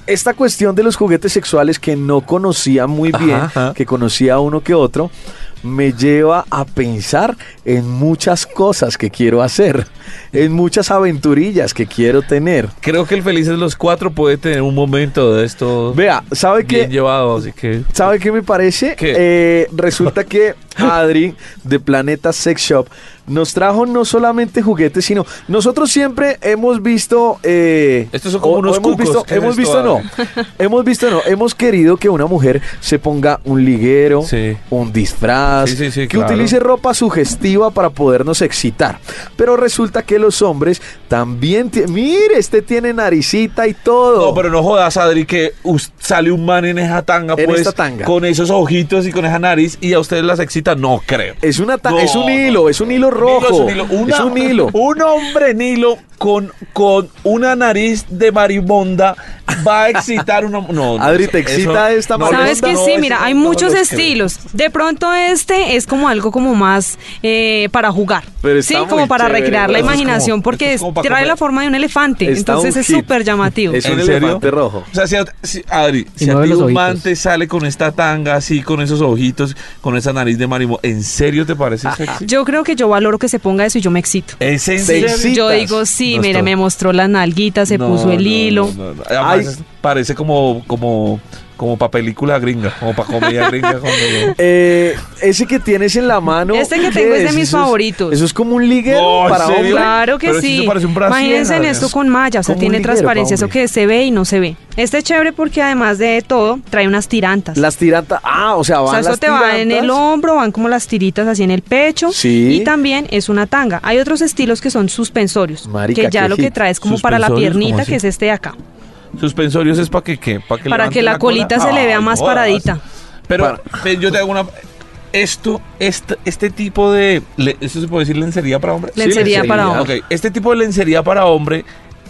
Speaker 4: esta cuestión de los juguetes sexuales que no conocía muy
Speaker 3: Ajá,
Speaker 4: bien,
Speaker 3: ajá.
Speaker 4: que conocía uno que otro, me lleva a pensar en muchas cosas que quiero hacer, en muchas aventurillas que quiero tener.
Speaker 3: Creo que el Felices los Cuatro puede tener un momento de esto
Speaker 4: Vea, ¿sabe
Speaker 3: bien
Speaker 4: qué?
Speaker 3: llevado, así que...
Speaker 4: ¿Sabe qué me parece?
Speaker 3: ¿Qué?
Speaker 4: Eh, resulta que Adri de Planeta Sex Shop nos trajo no solamente juguetes, sino nosotros siempre hemos visto. eh,
Speaker 3: Estos son como unos
Speaker 4: hemos
Speaker 3: cucos.
Speaker 4: Visto,
Speaker 3: ¿Qué es
Speaker 4: hemos
Speaker 3: esto,
Speaker 4: visto no. hemos visto no. Hemos querido que una mujer se ponga un liguero,
Speaker 3: Sí.
Speaker 4: un disfraz,
Speaker 3: Sí, sí, sí,
Speaker 4: que
Speaker 3: claro.
Speaker 4: utilice ropa sugestiva para podernos excitar. Pero resulta que los hombres también. tie- Mire, este tiene naricita y todo.
Speaker 3: No, pero no jodas, Adri, que us- sale un man en esa tanga,
Speaker 4: En
Speaker 3: pues,
Speaker 4: esta tanga.
Speaker 3: con esos ojitos y con esa nariz, y a ustedes las excita, no creo.
Speaker 4: Es, una ta-
Speaker 3: No,
Speaker 4: es un
Speaker 3: no.
Speaker 4: hilo, es un hilo rojo.
Speaker 3: Un hilo, es un hilo. Una-
Speaker 4: Es un hilo.
Speaker 3: Un hombre Nilo con, con una nariz de marimonda va a excitar una. No, no,
Speaker 4: Adri,
Speaker 3: eso-
Speaker 4: ¿te excita
Speaker 3: eso-
Speaker 4: esta marimonda?
Speaker 5: Sabes que
Speaker 3: no,
Speaker 5: sí,
Speaker 3: eso
Speaker 5: mira,
Speaker 3: no-
Speaker 5: hay
Speaker 3: no
Speaker 5: muchos
Speaker 3: lo creo.
Speaker 5: estilos. De pronto este es como algo como más eh, para jugar.
Speaker 4: Pero está
Speaker 5: sí,
Speaker 4: muy
Speaker 5: como para
Speaker 4: chévere,
Speaker 5: recrear la
Speaker 4: pero eso es
Speaker 5: imaginación,
Speaker 3: como-
Speaker 5: porque
Speaker 3: esto es como para
Speaker 5: trae
Speaker 3: comer.
Speaker 5: la forma de un elefante.
Speaker 4: Está
Speaker 5: entonces
Speaker 4: un
Speaker 5: es
Speaker 4: hit.
Speaker 5: súper llamativo.
Speaker 4: Es
Speaker 3: ¿En
Speaker 4: un
Speaker 3: serio?
Speaker 4: elefante rojo.
Speaker 3: O sea, si, a- si- Adri,
Speaker 2: Y
Speaker 3: si a
Speaker 2: mueve
Speaker 3: ti
Speaker 2: los
Speaker 3: un
Speaker 2: ojitos.
Speaker 3: man te sale con esta tanga así, con esos ojitos, con esa nariz de marimonda, ¿en serio te parece sexy?
Speaker 5: Yo creo que yo valoro que se ponga eso y yo me excito.
Speaker 3: ¿Es en
Speaker 4: Te
Speaker 3: serio?
Speaker 4: excitas.
Speaker 5: Yo digo, sí,
Speaker 3: No
Speaker 5: mira,
Speaker 3: estoy-
Speaker 5: me mostró las nalguitas, se
Speaker 3: No,
Speaker 5: puso el
Speaker 3: no,
Speaker 5: hilo.
Speaker 3: no, no, no. Además,
Speaker 4: Ay.
Speaker 3: es- parece como, como, como para película gringa, como para comedia gringa. cuando-
Speaker 4: Eh, ese que tienes en la mano.
Speaker 5: Este que
Speaker 4: ¿qué
Speaker 5: tengo es de mis
Speaker 4: Eso
Speaker 5: favoritos.
Speaker 4: Eso es como un liguero
Speaker 3: No, ¿en
Speaker 4: para
Speaker 3: serio?
Speaker 4: hombre.
Speaker 5: Claro que
Speaker 3: Pero si
Speaker 5: sí.
Speaker 3: eso parece un brasier,
Speaker 5: Imagínense en
Speaker 3: Adrián.
Speaker 5: esto con malla, o sea,
Speaker 4: Como un
Speaker 5: tiene
Speaker 4: liguero,
Speaker 5: transparencia, eso
Speaker 4: hombre.
Speaker 5: que se ve y no se ve. Este es chévere porque además de todo, trae unas tirantas.
Speaker 4: Las tirantas. Ah, o sea,
Speaker 5: O
Speaker 4: van
Speaker 5: sea, eso
Speaker 4: las
Speaker 5: te va en
Speaker 4: tirantas.
Speaker 5: el hombro, van como las tiritas así en el pecho.
Speaker 4: Sí.
Speaker 5: Y también es una tanga. Hay otros estilos que son suspensorios.
Speaker 4: Marica,
Speaker 5: que ya
Speaker 4: qué
Speaker 5: lo que
Speaker 4: hit.
Speaker 5: traes como para la
Speaker 3: ¿Suspensorios? ¿Cómo
Speaker 5: piernita,
Speaker 3: así?
Speaker 5: que es este de acá.
Speaker 3: Suspensorios es para que qué? Para que,
Speaker 5: Para
Speaker 3: levante
Speaker 5: que la
Speaker 3: cola?
Speaker 5: colita se le vea
Speaker 3: Ay,
Speaker 5: más
Speaker 3: jodas.
Speaker 5: paradita.
Speaker 3: Pero
Speaker 4: Para-
Speaker 3: ven, yo te hago una... Esto, este, este tipo de... le- ¿Esto se puede decir lencería para hombre?
Speaker 5: Sí, Lencería lencería. para hombre.
Speaker 3: Ok, este tipo de lencería para hombre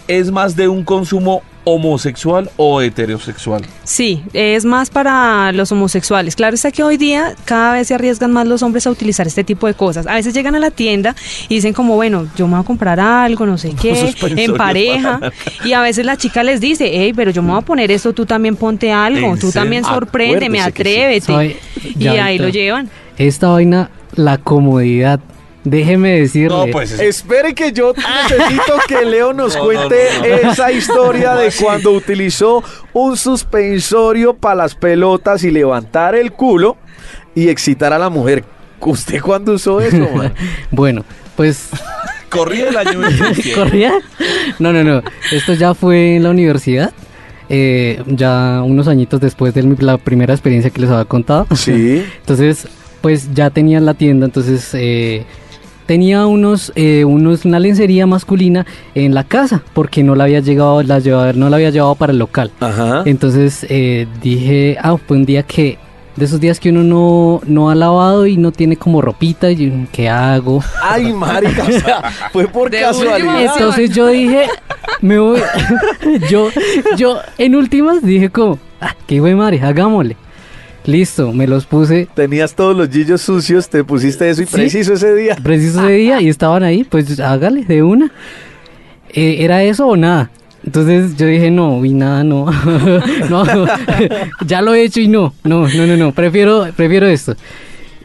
Speaker 3: es más de un consumo homosexual o heterosexual.
Speaker 5: Sí, es más para los homosexuales. Claro está que hoy día cada vez se arriesgan más los hombres a utilizar este tipo de cosas. A veces llegan a la tienda y dicen como, bueno, yo me voy a comprar algo, no sé qué,
Speaker 3: suspensorios
Speaker 5: en pareja.
Speaker 3: para-
Speaker 5: Y a veces la chica les dice, hey, pero yo me voy a poner esto, tú también ponte algo,
Speaker 3: ¿En
Speaker 5: tú
Speaker 3: serio?
Speaker 5: también sorpréndeme,
Speaker 4: Acuérdese que sí.
Speaker 5: atrévete.
Speaker 2: Sabe,
Speaker 5: Y
Speaker 2: ya
Speaker 5: ahí
Speaker 2: ahorita-
Speaker 5: lo llevan.
Speaker 2: Esta vaina, la comodidad. Déjeme decirle.
Speaker 3: No, pues... es-
Speaker 4: Espere que yo necesito que Leo nos
Speaker 3: No, no,
Speaker 4: cuente
Speaker 3: no, no, no.
Speaker 4: esa historia
Speaker 3: ¿Cómo
Speaker 4: de
Speaker 3: así?
Speaker 4: cuando utilizó un suspensorio para las pelotas y levantar el culo y excitar a la mujer. ¿Usted cuándo usó eso, man?
Speaker 2: Bueno, pues
Speaker 3: Corría el año 27.
Speaker 2: ¿Corría? No, no, no. Esto ya fue en la universidad. eh, ya unos añitos después de mi- la primera experiencia que les había contado.
Speaker 4: Sí.
Speaker 2: Entonces, pues ya tenía la tienda. Entonces, eh, tenía unos, eh, unos, una lencería masculina en la casa porque no la había llegado, la llevaba- no la había llevado para el local.
Speaker 4: Ajá.
Speaker 2: Entonces eh, dije, ah, fue un día que de esos días que uno no, no ha lavado y no tiene como ropita, y yo, ¿qué hago?
Speaker 4: Ay, marica, o sea, fue por
Speaker 6: De
Speaker 4: casualidad.
Speaker 6: última.
Speaker 2: Entonces yo dije, me voy, yo, yo en últimas dije como, ah, qué güey madre, hagámosle. Listo, me los puse
Speaker 4: Tenías todos los gillos sucios, te pusiste eso y
Speaker 2: Sí.
Speaker 4: preciso ese día.
Speaker 2: preciso ese día y estaban ahí, pues hágale de una. Eh, ¿Era eso o nada? Entonces yo dije, no, y nada, no. no, ya lo he hecho y no, no, no, no, no, prefiero, prefiero esto.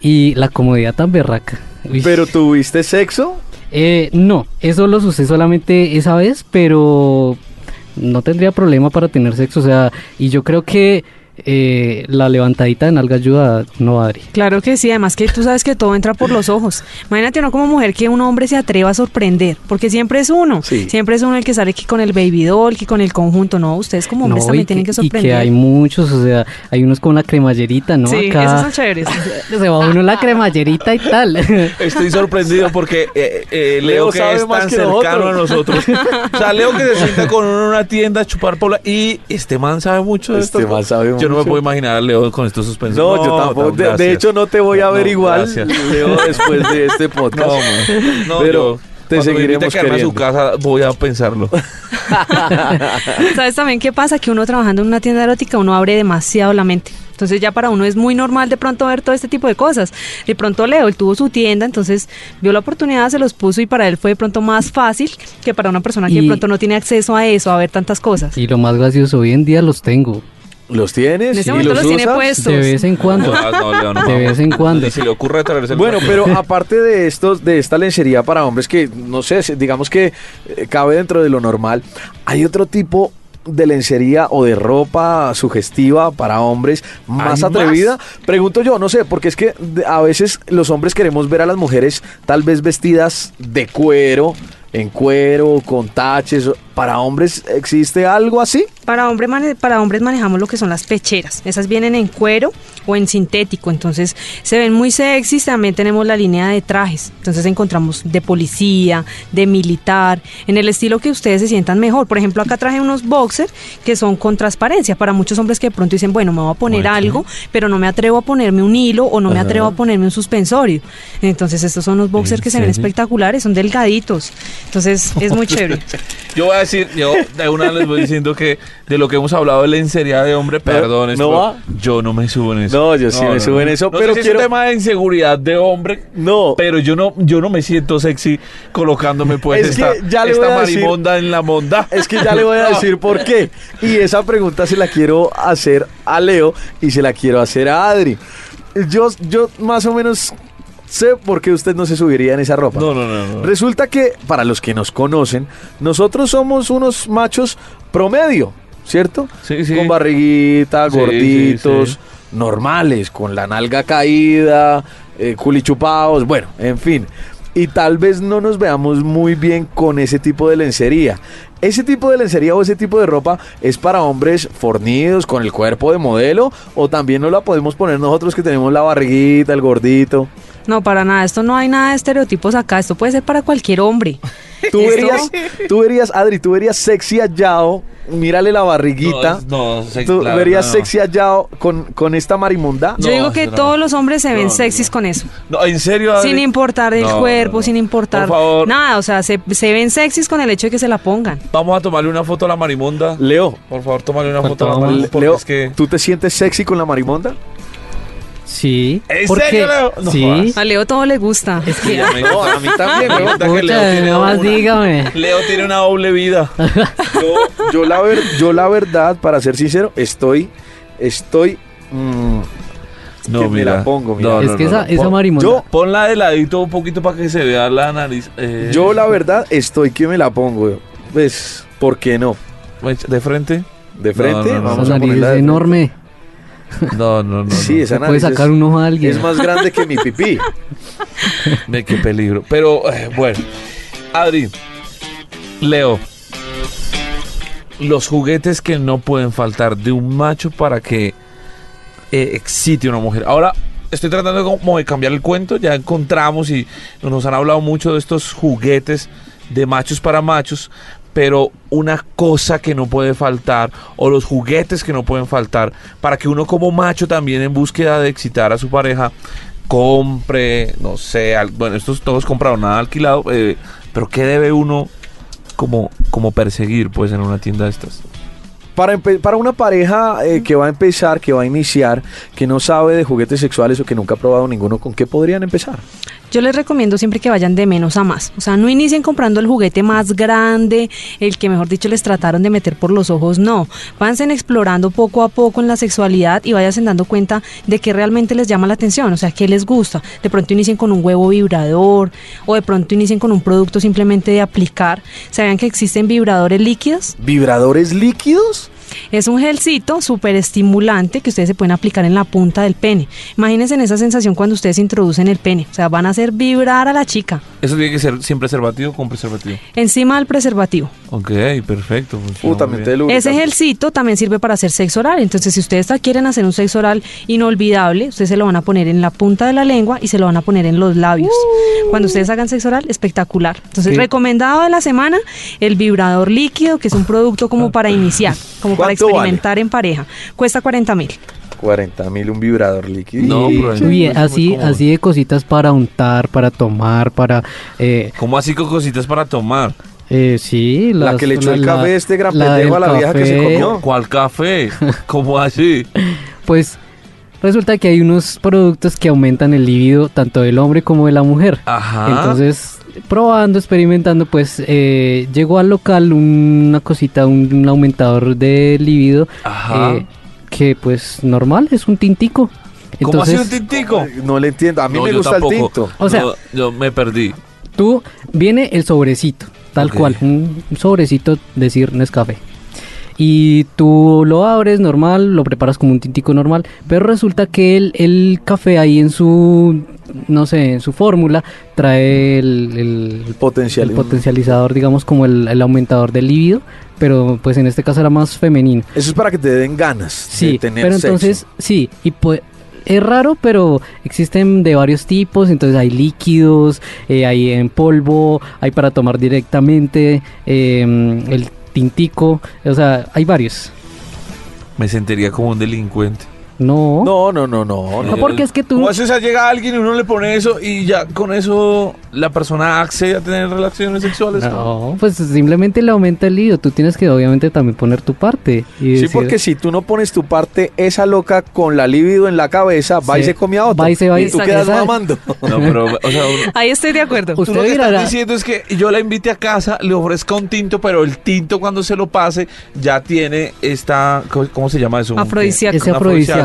Speaker 2: Y la comodidad tan berraca. Uy.
Speaker 4: Pero tuviste sexo.
Speaker 2: Eh, no, eso lo usé solamente esa vez, pero no tendría problema para tener sexo. O sea, y yo creo que eh, la levantadita de nalga ayuda no Adri.
Speaker 5: Claro que sí, además que tú sabes que todo entra por los ojos. Imagínate uno como mujer que un hombre se atreva a sorprender, porque siempre es uno,
Speaker 4: Sí.
Speaker 5: siempre es uno el que sale aquí con el baby doll, que con el conjunto, no, ustedes como hombres
Speaker 2: No,
Speaker 5: también
Speaker 2: y
Speaker 5: tienen
Speaker 2: que-
Speaker 5: que
Speaker 2: Y que
Speaker 5: sorprender.
Speaker 2: hay muchos, o sea, hay unos con la cremallerita, ¿no?
Speaker 5: sí,
Speaker 2: Acá
Speaker 5: esos son chéveres.
Speaker 2: se va uno la cremallerita y tal.
Speaker 3: Estoy sorprendido porque eh, eh, Leo,
Speaker 4: Leo
Speaker 3: que
Speaker 4: sabe
Speaker 3: es
Speaker 4: más
Speaker 3: tan
Speaker 4: que
Speaker 3: cercano a nosotros. O sea, Leo que se sienta con uno en una tienda a chupar pola y este man sabe mucho de
Speaker 4: Este
Speaker 3: esto.
Speaker 4: man sabe
Speaker 3: Yo no me
Speaker 4: mucho.
Speaker 3: puedo imaginar a Leo con estos suspensos.
Speaker 4: No, yo tampoco.
Speaker 3: tan-
Speaker 4: De, de
Speaker 3: Pues gracias.
Speaker 4: hecho, no te voy a
Speaker 3: No,
Speaker 4: ver igual,
Speaker 3: gracias.
Speaker 4: Leo, después de este podcast.
Speaker 3: No, man. No,
Speaker 4: Pero
Speaker 3: yo- cuando me invite
Speaker 4: te
Speaker 3: a
Speaker 4: seguiremos
Speaker 3: quedarme a
Speaker 4: queriendo.
Speaker 3: su casa voy a pensarlo.
Speaker 5: ¿Sabes también qué pasa? Que uno trabajando en una tienda erótica, uno abre demasiado la mente. Entonces ya para uno es muy normal de pronto ver todo este tipo de cosas. De pronto Leo, él tuvo su tienda, entonces vio la oportunidad, se los puso y para él fue de pronto más fácil que para una persona que
Speaker 2: Y-
Speaker 5: de pronto no tiene acceso a eso, a ver tantas cosas.
Speaker 2: y lo más gracioso, hoy en día los tengo.
Speaker 4: ¿Los tienes?
Speaker 5: En ese
Speaker 4: ¿Y
Speaker 5: momento los tiene
Speaker 4: usas?
Speaker 5: puestos.
Speaker 2: De vez en cuando.
Speaker 3: No, no, Leo, no,
Speaker 2: De vez en cuando.
Speaker 3: Y si le ocurre traerse el
Speaker 4: Bueno, pero aparte de estos, de esta lencería para hombres que, no sé, se- digamos que eh, cabe dentro de lo normal, hay otro tipo de lencería o de ropa sugestiva para hombres más
Speaker 3: ¿Hay
Speaker 4: atrevida. Pregunto yo, no sé, porque es que de- a veces los hombres queremos ver a las mujeres tal vez vestidas de cuero, en cuero, con taches. ¿Para hombres existe algo así?
Speaker 5: Para, hombre mane- para hombres manejamos lo que son las pecheras. Esas vienen en cuero o en sintético, entonces se ven muy sexys. También tenemos la línea de trajes. Entonces encontramos de policía, de militar, en el estilo que ustedes se sientan mejor. Por ejemplo, acá traje unos boxers que son con transparencia. Para muchos hombres que de pronto dicen, bueno, me voy a poner algo, pero no me atrevo a ponerme un hilo o no me atrevo a ponerme un suspensorio. Entonces estos son los boxers que se ven espectaculares, son delgaditos. Entonces es muy chévere.
Speaker 3: Yo voy a decir, yo de una les voy diciendo que de lo que hemos hablado de lencería de hombre, perdón,
Speaker 4: ¿no
Speaker 3: pero
Speaker 4: va?
Speaker 3: yo no me subo en eso.
Speaker 4: No, yo sí me subo en eso,
Speaker 3: No sé
Speaker 4: pero
Speaker 3: si
Speaker 4: quiero-
Speaker 3: es un tema de inseguridad de hombre.
Speaker 4: No.
Speaker 3: Pero yo no, yo no me siento sexy colocándome pues
Speaker 4: Es que
Speaker 3: esta,
Speaker 4: ya le
Speaker 3: esta
Speaker 4: voy a decir-
Speaker 3: marimonda en la monda.
Speaker 4: Es que ya le voy a
Speaker 3: No.
Speaker 4: decir por qué. Y esa pregunta se la quiero hacer a Leo y se la quiero hacer a Adri. Yo, yo más o menos sé por qué usted no se subiría en esa ropa.
Speaker 3: No, no, no, no.
Speaker 4: Resulta que, para los que nos conocen, nosotros somos unos machos promedio, ¿cierto?
Speaker 3: Sí, sí.
Speaker 4: Con barriguita,
Speaker 3: Sí,
Speaker 4: gorditos,
Speaker 3: sí,
Speaker 4: normales, con la nalga caída, eh, culichupados, bueno, en fin. Y tal vez no nos veamos muy bien con ese tipo de lencería. ¿Ese tipo de lencería o ese tipo de ropa es para hombres fornidos, con el cuerpo de modelo? ¿O también no la podemos poner nosotros que tenemos la barriguita, el gordito?
Speaker 5: No, para nada. Esto no hay nada de estereotipos acá. Esto puede ser para cualquier hombre.
Speaker 4: Tú
Speaker 5: Esto-
Speaker 4: verías, tú verías, Adri, tú verías sexy a Yao, mírale la barriguita.
Speaker 3: No, es- no, sex-
Speaker 4: tú
Speaker 3: claro,
Speaker 4: verías
Speaker 3: no, no.
Speaker 4: sexy a Yao con, con esta marimonda.
Speaker 5: Yo
Speaker 3: No,
Speaker 5: digo que
Speaker 3: no.
Speaker 5: todos los hombres se ven
Speaker 3: No, no,
Speaker 5: sexys
Speaker 3: no.
Speaker 5: con eso.
Speaker 3: No, en serio. Adri?
Speaker 5: Sin importar el
Speaker 3: No, no,
Speaker 5: cuerpo,
Speaker 3: no.
Speaker 5: sin importar
Speaker 3: Por favor.
Speaker 5: nada. O sea, se, se ven sexys con el hecho de que se la pongan.
Speaker 3: Vamos a tomarle una foto a la marimonda.
Speaker 4: Leo,
Speaker 3: Por favor, tómale una
Speaker 2: ¿Cuánto
Speaker 3: foto a la
Speaker 2: vamos?
Speaker 3: marimonda. Porque
Speaker 4: Leo,
Speaker 3: es que.
Speaker 4: ¿tú te sientes sexy con la marimonda?
Speaker 2: Sí.
Speaker 3: ¿En
Speaker 2: porque-
Speaker 3: serio, Leo? No
Speaker 2: sí.
Speaker 3: jodas.
Speaker 5: A Leo todo le gusta.
Speaker 3: Sí, ya me-
Speaker 4: a mí también,
Speaker 3: me
Speaker 4: ¿no?
Speaker 3: gusta que Leo
Speaker 2: Pucha,
Speaker 3: tiene
Speaker 2: nomás
Speaker 3: una-
Speaker 2: dígame.
Speaker 3: Leo tiene una doble vida.
Speaker 4: Yo, yo la ver, yo la verdad, para ser sincero, estoy, estoy, mm, que me la pongo, mira.
Speaker 3: No,
Speaker 2: es
Speaker 3: no,
Speaker 2: que
Speaker 3: no,
Speaker 2: esa,
Speaker 3: no.
Speaker 2: esa
Speaker 4: Pon-
Speaker 2: marimonda.
Speaker 4: yo-
Speaker 3: Ponla de ladito un poquito para que se vea la nariz. eh,
Speaker 4: yo la verdad estoy que me la pongo. Pues, ¿por qué no?
Speaker 3: pues, ¿De frente?
Speaker 4: De frente,
Speaker 3: no, no,
Speaker 4: vamos
Speaker 2: esa
Speaker 4: a
Speaker 2: nariz
Speaker 4: ponerla. de
Speaker 2: es
Speaker 4: frente.
Speaker 2: enorme.
Speaker 3: No, no, no.
Speaker 4: Sí,
Speaker 3: no.
Speaker 4: esa
Speaker 2: Se puede
Speaker 4: nariz es-
Speaker 2: sacar uno a alguien.
Speaker 4: es más grande que mi pipí.
Speaker 3: De qué peligro. Pero, eh, bueno. Adri, Leo. Los juguetes que no pueden faltar de un macho para que eh, excite a una mujer. Ahora, estoy tratando de como de cambiar el cuento. Ya encontramos y nos han hablado mucho de estos juguetes de machos para machos. pero una cosa que no puede faltar o los juguetes que no pueden faltar para que uno como macho también en búsqueda de excitar a su pareja compre, no sé, al- bueno, estos todos compraron nada alquilado, eh, pero ¿qué debe uno como, como perseguir pues en una tienda de estas?
Speaker 4: Para, empe- para una pareja eh, que va a empezar, que va a iniciar, que no sabe de juguetes sexuales o que nunca ha probado ninguno, ¿con qué podrían empezar?
Speaker 5: Yo les recomiendo siempre que vayan de menos a más. O sea, no inicien comprando el juguete más grande, el que mejor dicho les trataron de meter por los ojos, no. Váyanse explorando poco a poco en la sexualidad y váyanse dando cuenta de qué realmente les llama la atención, o sea, qué les gusta. De pronto inicien con un huevo vibrador o de pronto inicien con un producto simplemente de aplicar. Sabían que existen vibradores líquidos.
Speaker 4: ¿Vibradores líquidos?
Speaker 5: Es un gelcito súper estimulante que ustedes se pueden aplicar en la punta del pene. Imagínense en esa sensación cuando ustedes introducen el pene. O sea, van a hacer vibrar a la chica
Speaker 3: Eso tiene que ser sin preservativo o con preservativo.
Speaker 5: encima del preservativo.
Speaker 3: Ok, perfecto. funciona muy
Speaker 4: Justamente
Speaker 3: bien.
Speaker 4: el
Speaker 5: Ese gelcito también sirve para hacer sexo oral. Entonces, si ustedes ta- quieren hacer un sexo oral inolvidable, ustedes se lo van a poner en la punta de la lengua y se lo van a poner en los labios. Cuando ustedes hagan sexo oral, espectacular. Entonces,
Speaker 2: Sí.
Speaker 5: recomendado de la semana, el vibrador líquido, que es un producto como para iniciar, como para
Speaker 4: ¿Cuánto vale?
Speaker 5: experimentar en pareja. Cuesta 40 mil.
Speaker 4: 40 mil un vibrador líquido.
Speaker 3: No,
Speaker 4: Y-
Speaker 3: pero-
Speaker 2: Uy,
Speaker 3: es muy
Speaker 2: así,
Speaker 3: cómodo.
Speaker 2: así de cositas para untar, para tomar, para... eh,
Speaker 3: ¿Cómo así con cositas para tomar?
Speaker 2: eh, sí,
Speaker 4: La
Speaker 2: las-
Speaker 4: que le echó el
Speaker 2: la-
Speaker 4: café este gran
Speaker 2: la
Speaker 4: pendejo
Speaker 2: del
Speaker 4: a la vieja que se
Speaker 2: café.
Speaker 4: comió.
Speaker 3: ¿Cuál café? ¿Cómo así?
Speaker 2: Pues resulta que hay unos productos que aumentan el libido tanto del hombre como de la mujer.
Speaker 3: Ajá.
Speaker 4: Ah.
Speaker 2: Entonces, probando, experimentando, pues eh, llegó al local una cosita, un, un aumentador de libido
Speaker 3: Ajá.
Speaker 2: eh, que pues normal, es un tintico.
Speaker 3: ¿Cómo así un
Speaker 2: Entonces,
Speaker 3: tintico?
Speaker 4: No le entiendo. A mí
Speaker 3: No,
Speaker 4: me
Speaker 3: yo
Speaker 4: gusta el
Speaker 3: tampoco.
Speaker 4: tinto.
Speaker 2: O sea-
Speaker 3: No, yo me perdí.
Speaker 2: tú viene el sobrecito, tal
Speaker 3: Ok.
Speaker 2: cual, un sobrecito, decir Nescafé. Y tú lo abres normal, lo preparas como un tintico normal, pero resulta que el, el café ahí en su, no sé, en su fórmula trae el- el
Speaker 4: El potencial.
Speaker 2: El potencializador, digamos, como el, el aumentador del líbido, pero pues en este caso era más femenino.
Speaker 4: Eso es para que te den ganas
Speaker 2: Sí,
Speaker 4: de tener
Speaker 2: pero
Speaker 4: sexo.
Speaker 2: entonces, sí, y pues es raro, pero existen de varios tipos, entonces hay líquidos, eh, hay en polvo, hay para tomar directamente, eh, el tintico, o sea, hay varios.
Speaker 3: Me sentiría como un delincuente.
Speaker 2: No, no,
Speaker 4: No, no, no, no. no.
Speaker 2: No, porque es que tú-
Speaker 3: ¿Cómo haces? O sea, llega alguien y uno le pone eso y ya con eso la persona accede a tener relaciones sexuales.
Speaker 2: pues simplemente le aumenta el líbido, tú tienes que obviamente también poner tu parte. Y
Speaker 4: Sí,
Speaker 2: decir-
Speaker 4: porque si tú no pones tu parte, esa loca con la libido en la cabeza va y
Speaker 2: Sí.
Speaker 4: se come a otro.
Speaker 2: Va y se va
Speaker 4: y
Speaker 2: y-
Speaker 4: tú quedas
Speaker 2: Exacto.
Speaker 4: mamando.
Speaker 3: No, pero, o sea, uno-
Speaker 5: Ahí estoy de acuerdo.
Speaker 3: tú lo
Speaker 2: Usted
Speaker 3: que estás
Speaker 2: dirá,
Speaker 3: diciendo es que yo la invite a casa, le ofrezca un tinto, pero el tinto cuando se lo pase ya tiene esta, ¿cómo- ¿cómo se llama eso? Un-
Speaker 5: Afrodisíaco.
Speaker 2: Ese
Speaker 3: un
Speaker 2: afrodisíaco.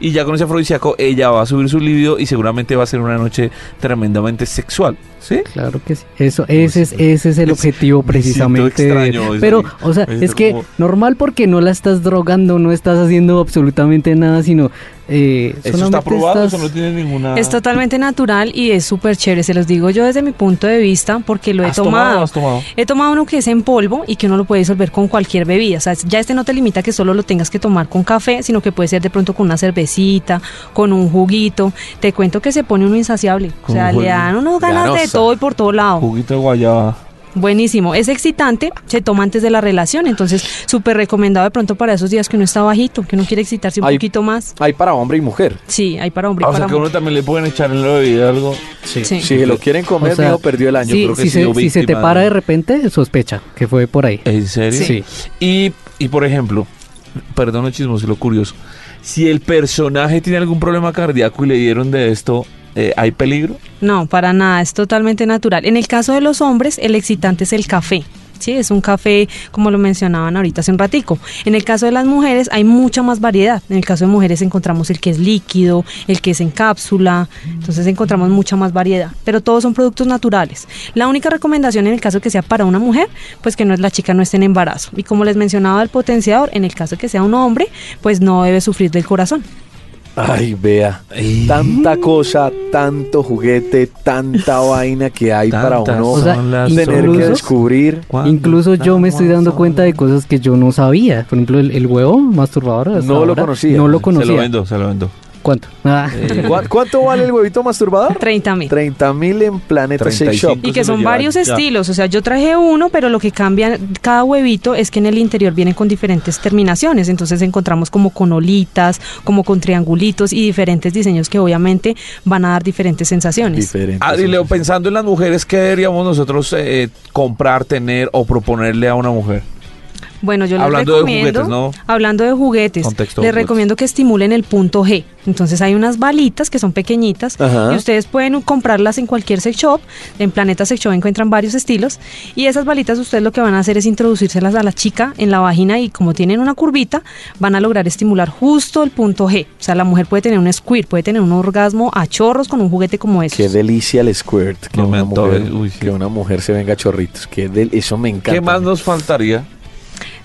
Speaker 3: Y ya con ese afrodisíaco ella va a subir su libido y seguramente va a ser una noche tremendamente sexual, ¿sí?
Speaker 2: Claro que sí. Eso, ese es, ese es el
Speaker 3: Me
Speaker 2: objetivo
Speaker 3: siento
Speaker 2: precisamente. de-
Speaker 3: extraño, es
Speaker 2: pero,
Speaker 3: decir,
Speaker 2: o sea,
Speaker 3: me siento
Speaker 2: es que
Speaker 3: como-
Speaker 2: normal porque no la estás drogando, no estás haciendo absolutamente nada, sino eh,
Speaker 3: Eso está
Speaker 2: solamente
Speaker 3: probado,
Speaker 2: estás-
Speaker 3: eso no tiene ninguna...
Speaker 5: Es totalmente natural y es súper chévere, se los digo yo desde mi punto de vista porque lo he
Speaker 3: ¿Has tomado,
Speaker 5: tomado.
Speaker 3: has tomado?
Speaker 5: He tomado uno que es en polvo y que uno lo puede disolver con cualquier bebida. O sea, ya este no te limita que solo lo tengas que tomar con café, sino que puede ser de pronto con una cervecita, con un juguito. Te cuento que se pone uno insaciable. O
Speaker 3: Con
Speaker 5: sea,
Speaker 3: un
Speaker 5: le dan unas ganas de
Speaker 4: Ganosa.
Speaker 5: todo y por todo lado.
Speaker 3: Juguito de guayaba.
Speaker 5: Buenísimo, es excitante, se toma antes de la relación, entonces súper recomendado de pronto para esos días que uno está bajito, que uno quiere excitarse un
Speaker 4: Ay.
Speaker 5: poquito más.
Speaker 4: Hay para hombre y mujer.
Speaker 5: Sí, hay para hombre y
Speaker 3: Ah, o
Speaker 5: para
Speaker 3: sea, que a
Speaker 5: mujer.
Speaker 3: uno también le pueden echar en la bebida algo.
Speaker 5: Sí.
Speaker 4: Si se lo quieren comer,
Speaker 2: O sea,
Speaker 4: mijo, perdió el año.
Speaker 2: sí,
Speaker 3: creo que
Speaker 2: si,
Speaker 3: he sido
Speaker 2: se, si se te
Speaker 3: víctima
Speaker 2: para
Speaker 3: de-
Speaker 2: de repente, sospecha que fue por ahí.
Speaker 3: ¿En serio?
Speaker 2: Sí.
Speaker 3: Y, y por ejemplo, perdón el chismoso y lo curioso, si el personaje tiene algún problema cardíaco y le dieron de esto, eh, ¿hay peligro?
Speaker 5: No, para nada, es totalmente natural. En el caso de los hombres, el excitante es el café. Sí, es un café como lo mencionaban ahorita hace un ratico. En el caso de las mujeres hay mucha más variedad. En el caso de mujeres encontramos el que es líquido, el que es en cápsula, entonces encontramos mucha más variedad. Pero todos son productos naturales. La única recomendación en el caso que sea para una mujer, pues que no es la chica no esté en embarazo. Y como les mencionaba el potenciador, en el caso que sea un hombre, pues no debe sufrir del corazón.
Speaker 4: Ay, vea. Tanta cosa, tanto juguete, tanta vaina que hay para
Speaker 3: Tantas
Speaker 4: uno
Speaker 2: O sea,
Speaker 3: son las
Speaker 4: tener que
Speaker 2: incluso-
Speaker 3: horas.
Speaker 4: descubrir.
Speaker 3: ¿Cuándo
Speaker 2: Incluso yo me
Speaker 3: estamos
Speaker 2: estoy dando cuenta de
Speaker 3: hablando?
Speaker 2: cosas que yo no sabía. Por ejemplo, el, el huevo masturbador. hasta
Speaker 4: No lo
Speaker 2: ahora,
Speaker 4: conocía.
Speaker 2: No
Speaker 4: Se
Speaker 2: lo
Speaker 4: lo Eh,
Speaker 2: conocía.
Speaker 3: Se lo vendo, se lo vendo.
Speaker 2: ¿Cuánto? Ah,
Speaker 4: ¿Cuá- ¿Cuánto vale el huevito masturbador?
Speaker 5: 30 mil.
Speaker 4: 30 mil en Planeta Sex
Speaker 7: 35.
Speaker 4: Shop.
Speaker 5: Y
Speaker 7: Entonces
Speaker 5: que
Speaker 7: lo
Speaker 5: son
Speaker 7: llevan
Speaker 5: varios
Speaker 7: ya.
Speaker 5: estilos, o sea, yo traje uno, pero lo que cambia cada huevito es que en el interior vienen con diferentes terminaciones, entonces encontramos como con olitas, como con triangulitos y diferentes diseños que obviamente van a dar diferentes sensaciones.
Speaker 4: Diferente.
Speaker 7: Adri, Leo, pensando en las mujeres, ¿qué deberíamos nosotros eh, comprar, tener o proponerle a una mujer?
Speaker 5: Bueno, yo les
Speaker 7: Hablando de
Speaker 5: recomiendo,
Speaker 7: juguetes, ¿no?
Speaker 5: hablando de juguetes,
Speaker 7: Contexto de
Speaker 5: les
Speaker 7: juguetes.
Speaker 5: recomiendo que estimulen el punto G. Entonces hay unas balitas que son pequeñitas
Speaker 4: Ajá.
Speaker 5: y ustedes pueden comprarlas en cualquier sex shop. En Planeta Sex Shop encuentran varios estilos y esas balitas ustedes lo que van a hacer es introducírselas a la chica en la vagina y como tienen una curvita van a lograr estimular justo el punto G. O sea, la mujer puede tener un squirt, puede tener un orgasmo a chorros con un juguete como ese.
Speaker 4: Qué delicia el squirt. Que,
Speaker 7: No me
Speaker 4: una,
Speaker 7: antoje,
Speaker 4: mujer,
Speaker 7: uy, sí.
Speaker 4: que una mujer se venga a chorritos. Que del, eso me encanta.
Speaker 7: ¿Qué más nos faltaría?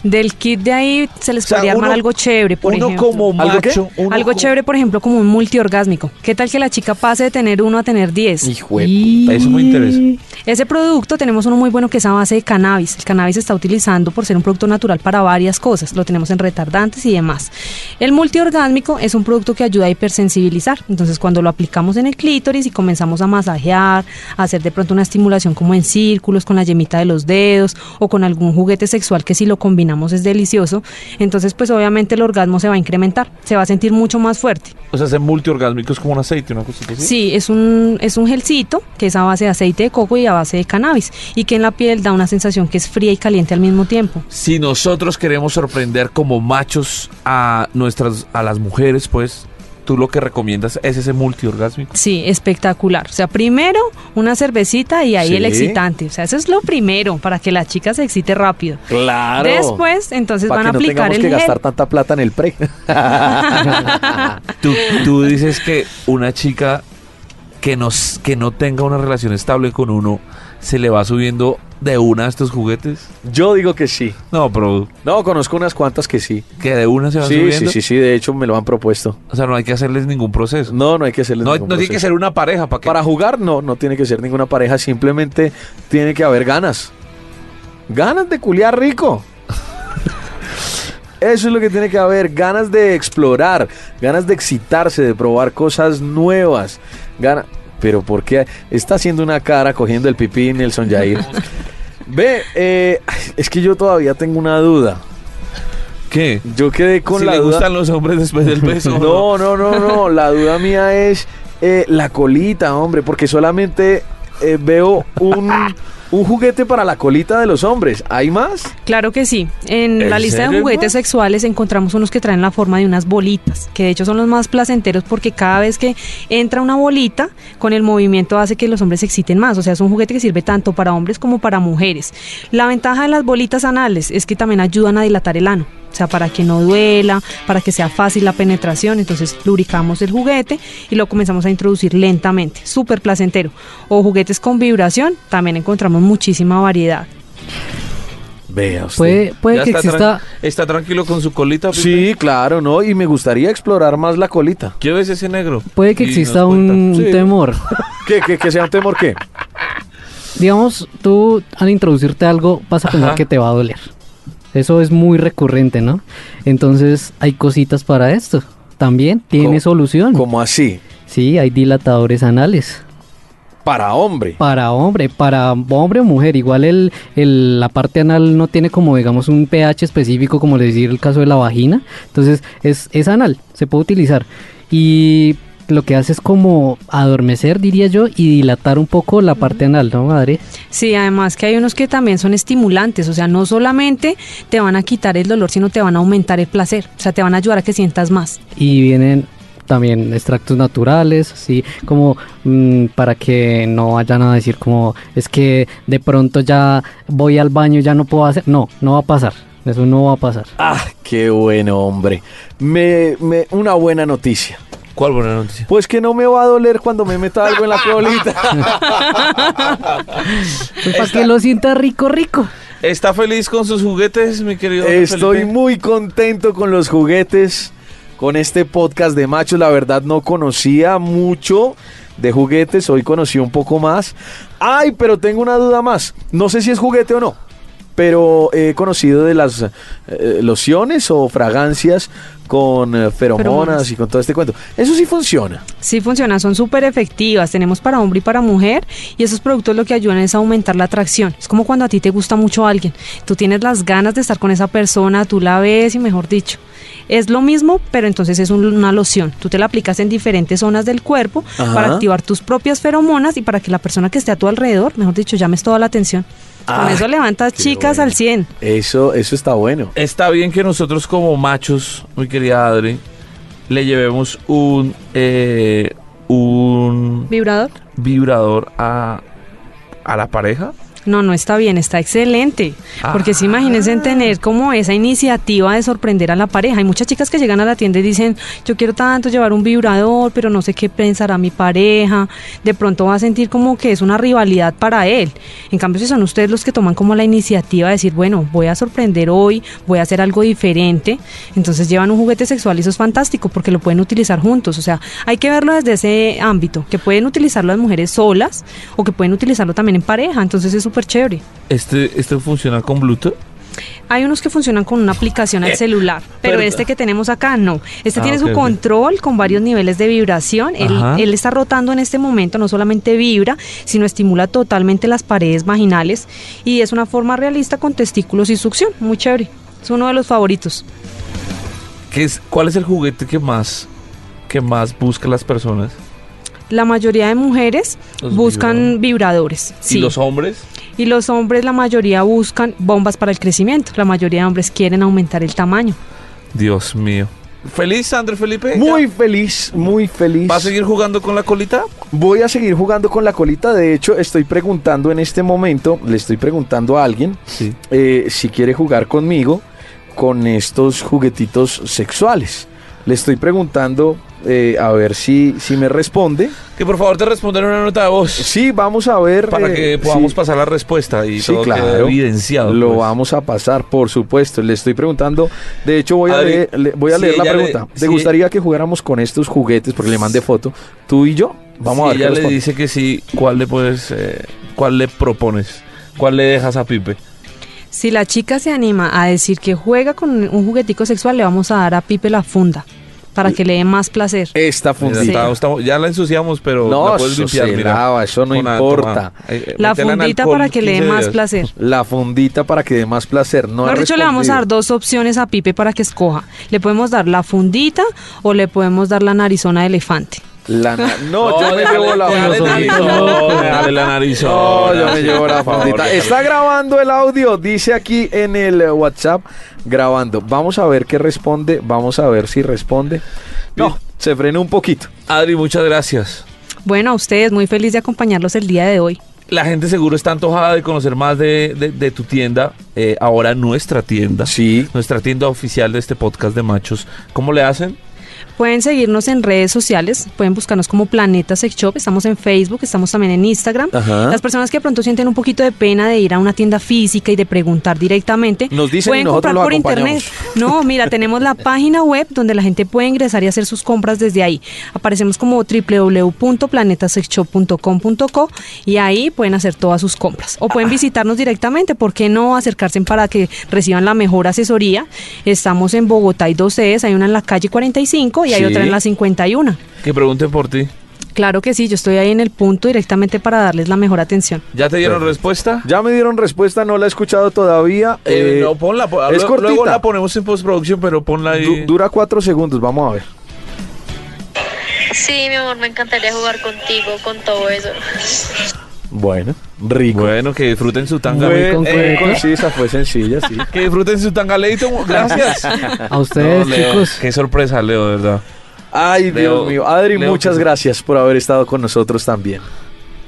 Speaker 5: Del kit de ahí se les
Speaker 7: O sea,
Speaker 5: podría armar
Speaker 7: uno-
Speaker 5: algo chévere, por
Speaker 7: uno
Speaker 5: ejemplo.
Speaker 7: como
Speaker 4: ¿Algo qué?
Speaker 7: macho, uno
Speaker 5: Algo
Speaker 7: co-
Speaker 5: chévere, por ejemplo, como un multiorgásmico. ¿Qué tal que la chica pase de tener uno a tener 10?
Speaker 4: Hijo de
Speaker 7: Eso me interesa.
Speaker 5: Ese producto tenemos uno muy bueno que es a base de cannabis. El cannabis se está utilizando por ser un producto natural para varias cosas. Lo tenemos en retardantes y demás. El multiorgásmico es un producto que ayuda a hipersensibilizar. Entonces, cuando lo aplicamos en el clítoris y comenzamos a masajear, a hacer de pronto una estimulación como en círculos, con la yemita de los dedos o con algún juguete sexual que si lo combinamos es delicioso, entonces pues obviamente el orgasmo se va a incrementar, se va a sentir mucho más fuerte.
Speaker 7: O sea, ese multiorgásmico es como un aceite, una cosita así.
Speaker 5: Sí, es un, es un gelcito que es a base de aceite de coco y a base de cannabis y que en la piel da una sensación que es fría y caliente al mismo tiempo.
Speaker 7: Si nosotros queremos sorprender como machos a nuestras a las mujeres, pues tú lo que recomiendas es ese multiorgásmico.
Speaker 5: Sí, espectacular. O sea, primero una cervecita y ahí el
Speaker 4: Sí.
Speaker 5: excitante. O sea, eso es lo primero para que la chica se excite rápido.
Speaker 4: Claro.
Speaker 5: Después, entonces
Speaker 4: Para
Speaker 5: van a
Speaker 4: que no
Speaker 5: aplicar
Speaker 4: tengamos
Speaker 5: el
Speaker 4: que
Speaker 5: gel.
Speaker 4: gastar tanta plata en el pre.
Speaker 7: Tú, tú dices que una chica que nos que no tenga una relación estable con uno se le va subiendo de una a estos juguetes?
Speaker 4: Yo digo que sí.
Speaker 7: No, pero
Speaker 4: No, conozco unas cuantas que sí.
Speaker 7: que de una se va
Speaker 4: Sí, sí,
Speaker 7: subiendo.
Speaker 4: sí, sí, de hecho me lo han propuesto.
Speaker 7: O sea, no hay que hacerles ningún proceso.
Speaker 4: No, no hay que hacerle
Speaker 7: No,
Speaker 4: ningún
Speaker 7: no tiene
Speaker 4: proceso.
Speaker 7: que ser una pareja para que
Speaker 4: Para jugar no, no tiene que ser ninguna pareja, simplemente tiene que haber ganas. Ganas de culiar rico. Eso es lo que tiene que haber, ganas de explorar, ganas de excitarse, de probar cosas nuevas. Gana... Pero ¿por qué está haciendo una cara cogiendo el pipí Nelson Jair? Ve, eh, es que yo todavía tengo una duda.
Speaker 7: ¿Qué?
Speaker 4: Yo quedé con
Speaker 7: si
Speaker 4: la
Speaker 7: le
Speaker 4: duda.
Speaker 7: gustan los hombres después del beso.
Speaker 4: No, no, no, no. La duda mía es eh, la colita, hombre, porque solamente eh, veo un, un juguete para la colita de los hombres. ¿Hay más?
Speaker 5: Claro que sí. En
Speaker 7: ¿En
Speaker 5: la lista
Speaker 7: serio,
Speaker 5: de juguetes
Speaker 7: hermano?
Speaker 5: sexuales encontramos unos que traen la forma de unas bolitas, que de hecho son los más placenteros porque cada vez que entra una bolita, con el movimiento hace que los hombres se exciten más. O sea, es un juguete que sirve tanto para hombres como para mujeres. La ventaja de las bolitas anales es que también ayudan a dilatar el ano. O sea, para que no duela, para que sea fácil la penetración, entonces lubricamos el juguete y lo comenzamos a introducir lentamente, súper placentero. O juguetes con vibración, también encontramos muchísima variedad.
Speaker 4: Vea
Speaker 2: puede puede
Speaker 7: Ya
Speaker 2: que
Speaker 7: está,
Speaker 2: exista.
Speaker 7: tran- está tranquilo con su colita. Pipe?
Speaker 4: Sí, claro, ¿no? Y me gustaría explorar más la colita.
Speaker 7: Llévese ese negro.
Speaker 2: Puede que
Speaker 7: Y nos
Speaker 2: exista
Speaker 7: cuenta.
Speaker 2: un
Speaker 4: Sí.
Speaker 2: temor.
Speaker 4: ¿Qué, qué, que sea un temor qué?
Speaker 2: Digamos, tú al introducirte algo vas a pensar
Speaker 7: Ajá.
Speaker 2: que te va a doler. Eso es muy recurrente, ¿no? Entonces hay cositas para esto. También tiene
Speaker 4: Co-
Speaker 2: solución.
Speaker 4: Como así,
Speaker 2: Sí, hay dilatadores anales.
Speaker 4: para hombre.
Speaker 2: Para hombre, para hombre o mujer, igual el, el- la parte anal no tiene como digamos un pH específico como le decir el caso de la vagina, entonces es, es anal, se puede utilizar y lo que hace es como adormecer diría yo y dilatar un poco la parte anal, ¿no madre?
Speaker 5: Sí, además que hay unos que también son estimulantes, o sea, no solamente te van a quitar el dolor, sino te van a aumentar el placer, o sea, te van a ayudar a que sientas más.
Speaker 2: Y vienen también extractos naturales, así como mm, para que no vayan a decir como es que de pronto ya voy al baño, ya no puedo hacer, no, no va a pasar, eso no va a pasar.
Speaker 4: Ah, qué bueno, hombre. Me, me, una buena noticia.
Speaker 7: ¿Cuál buena noticia?
Speaker 4: Pues que no me va a doler cuando me meta algo en la colita.
Speaker 2: Pues para que lo sienta rico, rico.
Speaker 7: ¿Está feliz con sus juguetes, mi querido?
Speaker 4: Estoy
Speaker 7: Felipe?
Speaker 4: muy contento con los juguetes, con este podcast de machos. La verdad no conocía mucho de juguetes, hoy conocí un poco más. Ay, pero tengo una duda más. No sé si es juguete o no, pero he conocido de las eh, lociones o fragancias con eh, feromonas
Speaker 5: Feromonas.
Speaker 4: y con todo este cuento. Eso sí funciona.
Speaker 5: Sí funcionan, son súper efectivas. Tenemos para hombre y para mujer y esos productos lo que ayudan es a aumentar la atracción. Es como cuando a ti te gusta mucho alguien. Tú tienes las ganas de estar con esa persona, tú la ves y mejor dicho. Es lo mismo, pero entonces es un- una loción. Tú te la aplicas en diferentes zonas del cuerpo
Speaker 4: Ajá.
Speaker 5: para activar tus propias feromonas y para que la persona que esté a tu alrededor, mejor dicho, llames toda la atención.
Speaker 4: Ah,
Speaker 5: Con eso levantas
Speaker 4: qué
Speaker 5: chicas
Speaker 4: bueno.
Speaker 5: al 100.
Speaker 4: Eso, eso está bueno.
Speaker 3: Está bien que nosotros como machos, mi querida Adri, le llevemos un eh, un
Speaker 5: ¿Vibrador?
Speaker 3: vibrador a, a la pareja.
Speaker 5: No, no está bien, está excelente.
Speaker 4: Ah.
Speaker 5: Porque si Pues imagínense en tener como esa iniciativa de sorprender a la pareja. Hay muchas chicas que llegan a la tienda y dicen, yo quiero tanto llevar un vibrador, pero no sé qué pensará mi pareja. De pronto va a sentir como que es una rivalidad para él. En cambio, si son ustedes los que toman como la iniciativa de decir, bueno, voy a sorprender hoy, voy a hacer algo diferente, entonces llevan un juguete sexual y eso es fantástico porque lo pueden utilizar juntos. O sea, hay que verlo desde ese ámbito, que pueden utilizarlo las mujeres solas o que pueden utilizarlo también en pareja. Entonces es súper chévere.
Speaker 3: Este, este funciona con Bluetooth.
Speaker 5: Hay unos que funcionan con una aplicación al celular, pero
Speaker 3: Pero-
Speaker 5: este que tenemos acá no.
Speaker 3: Eh,
Speaker 5: Este
Speaker 3: Ah,
Speaker 5: tiene
Speaker 3: ok,
Speaker 5: su
Speaker 3: ok.
Speaker 5: control con varios niveles de vibración. Él,
Speaker 3: Ajá.
Speaker 5: él está rotando en este momento, no solamente vibra, sino estimula totalmente las paredes vaginales y es una forma realista con testículos y succión. Muy chévere. Es uno de los favoritos.
Speaker 3: ¿Qué es, ¿Cuál es el juguete que más que más busca las personas?
Speaker 5: La mayoría de mujeres
Speaker 3: Los
Speaker 5: buscan vibradores.
Speaker 3: ¿Y
Speaker 5: sí.
Speaker 3: los hombres?
Speaker 5: Y los hombres, la mayoría buscan bombas para el crecimiento. La mayoría de hombres quieren aumentar el tamaño.
Speaker 3: Dios mío. ¿Feliz, André Felipe?
Speaker 4: Muy feliz, muy feliz.
Speaker 3: ¿Va a seguir jugando con la colita?
Speaker 4: Voy a seguir jugando con la colita. De hecho, estoy preguntando en este momento, le estoy preguntando a alguien
Speaker 3: Sí.
Speaker 4: eh, si quiere jugar conmigo con estos juguetitos sexuales. Le estoy preguntando eh, a ver si, si me responde.
Speaker 3: Que por favor te respondan una nota de voz.
Speaker 4: Sí, vamos a ver.
Speaker 3: Para
Speaker 4: eh,
Speaker 3: que podamos
Speaker 4: sí.
Speaker 3: pasar la respuesta y
Speaker 4: Sí,
Speaker 3: todo quede
Speaker 4: claro.
Speaker 3: evidenciado.
Speaker 4: Lo
Speaker 3: pues.
Speaker 4: vamos a pasar, por supuesto. Le estoy preguntando. De hecho, voy a
Speaker 3: Adri,
Speaker 4: leer, le- voy a
Speaker 3: si
Speaker 4: leer la
Speaker 3: ella le-
Speaker 4: pregunta. ¿Te
Speaker 3: si-
Speaker 4: gustaría que jugáramos con estos juguetes? Porque le mandé foto. Tú y yo. Vamos a ver.
Speaker 3: Si
Speaker 4: qué
Speaker 3: ella le
Speaker 4: responde.
Speaker 3: dice que sí, ¿cuál le puedes, eh, cuál le propones? ¿Cuál le dejas a Pipe?
Speaker 5: Si la chica se anima a decir que juega con un juguetico sexual, le vamos a dar a Pipe la funda para que le dé más placer.
Speaker 3: Eh,
Speaker 4: Esta
Speaker 3: Mira,
Speaker 4: fundita.
Speaker 5: Sí.
Speaker 3: está- está- ya la ensuciamos, pero
Speaker 4: No,
Speaker 3: la puedes
Speaker 4: eso
Speaker 3: limpiar,
Speaker 4: se
Speaker 3: mira.
Speaker 4: lava, eso no
Speaker 3: Con la-
Speaker 4: importa.
Speaker 3: toma, eh,
Speaker 5: La
Speaker 3: métela en
Speaker 5: fundita
Speaker 3: alcohol
Speaker 5: para que le dé
Speaker 3: 15
Speaker 5: más
Speaker 3: días.
Speaker 5: placer.
Speaker 4: La fundita para que dé más placer. No ha
Speaker 5: Mejor dicho, le vamos a dar
Speaker 4: respondido.
Speaker 5: dos opciones a Pipe para que escoja. Le podemos dar la fundita o le podemos dar la narizona de elefante.
Speaker 4: La na- no, yo me
Speaker 3: déjale,
Speaker 4: llevo la
Speaker 3: déjale
Speaker 2: fundita.
Speaker 3: el narizón, déjale la narizona.
Speaker 4: No, yo me
Speaker 3: sí,
Speaker 4: llevo la
Speaker 3: por favor,
Speaker 4: fundita.
Speaker 3: déjale.
Speaker 4: Está grabando el audio, dice aquí en el eh, WhatsApp, grabando. Vamos a ver qué responde, vamos a ver si responde. No, se frenó un poquito.
Speaker 3: Adri, muchas gracias.
Speaker 5: Bueno, a ustedes, muy feliz de acompañarlos el día de hoy.
Speaker 3: La gente seguro está antojada de conocer más de, de- de tu tienda, eh, ahora nuestra tienda,
Speaker 4: Sí.
Speaker 3: nuestra tienda oficial de este podcast de machos. ¿Cómo le hacen?
Speaker 5: Pueden seguirnos en redes sociales, pueden buscarnos como Planeta Sex Shop, estamos en Facebook, estamos también en Instagram.
Speaker 4: Ajá.
Speaker 5: Las personas que de pronto sienten un poquito de pena de ir a una tienda física y de preguntar directamente,
Speaker 4: Nos dicen y
Speaker 5: pueden
Speaker 4: nosotros
Speaker 5: comprar
Speaker 4: los
Speaker 5: por internet.
Speaker 4: acompañamos.
Speaker 5: No, mira, tenemos la página web donde la gente puede ingresar y hacer sus compras desde ahí. Aparecemos como www.planetasexshop.com.co y ahí pueden hacer todas sus compras. O pueden visitarnos directamente, ¿por qué no acercarse para que reciban la mejor asesoría? Estamos en Bogotá, hay dos sedes, hay una en la calle 45 y hay
Speaker 4: Sí.
Speaker 5: otra en la 51.
Speaker 3: Que pregunten por ti.
Speaker 5: Claro que sí, yo estoy ahí en el punto directamente para darles la mejor atención.
Speaker 3: ¿Ya te dieron respuesta?
Speaker 4: Ya me dieron respuesta, no la he escuchado todavía.
Speaker 3: Eh,
Speaker 4: eh,
Speaker 3: no, ponla. po-
Speaker 4: es
Speaker 3: lo-
Speaker 4: cortita.
Speaker 3: Luego la ponemos en postproducción, pero ponla ahí.
Speaker 4: du- dura cuatro segundos, vamos a ver.
Speaker 8: Sí, mi amor, me encantaría jugar contigo, con todo eso.
Speaker 4: Bueno, rico.
Speaker 3: bueno, que disfruten su tanga.
Speaker 4: Fue,
Speaker 2: concreta.
Speaker 4: eh, concisa, fue sencilla, sí.
Speaker 3: Que disfruten su tanga, Leito. Gracias.
Speaker 2: A ustedes,
Speaker 3: No, Leo,
Speaker 2: chicos.
Speaker 3: Qué sorpresa, Leo, de verdad.
Speaker 4: Ay,
Speaker 3: Leo-
Speaker 4: Dios mío. Adri,
Speaker 3: Leo,
Speaker 4: muchas
Speaker 3: que-
Speaker 4: gracias por haber estado con nosotros también.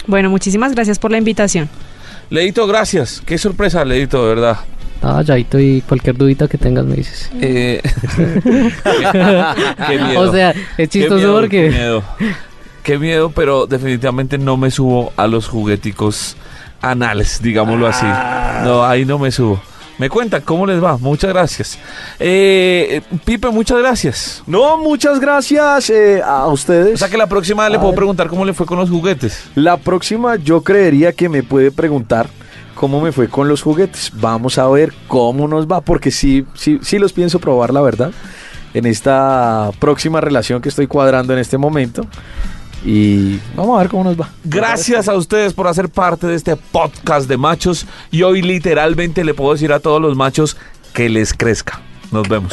Speaker 5: Bueno, muchísimas gracias por la invitación.
Speaker 3: Leito, gracias. Qué sorpresa, Leito, de verdad.
Speaker 2: Ah, Yaito, y cualquier dudita que tengas me dices.
Speaker 3: Eh, qué, qué miedo.
Speaker 2: O sea, es
Speaker 3: Qué
Speaker 2: chistoso
Speaker 3: miedo, Qué
Speaker 2: porque...
Speaker 3: miedo. Qué miedo, pero definitivamente no me subo a los jugueticos anales, digámoslo así.
Speaker 2: Ah.
Speaker 3: No, ahí no me subo. Me cuentan cómo les va. Muchas gracias. Eh, eh, Pipe, muchas gracias.
Speaker 4: No, muchas gracias eh, a ustedes.
Speaker 3: O sea que la próxima le
Speaker 2: Ah.
Speaker 3: puedo preguntar cómo le fue con los juguetes.
Speaker 4: La próxima yo creería que me puede preguntar cómo me fue con los juguetes. Vamos a ver cómo nos va, porque sí, sí, sí los pienso probar, la verdad. en esta próxima relación que estoy cuadrando en este momento. Y vamos a ver cómo nos va.
Speaker 3: Gracias a ustedes por hacer parte de este podcast de machos. Y hoy literalmente le puedo decir a todos los machos que les crezca. Nos vemos.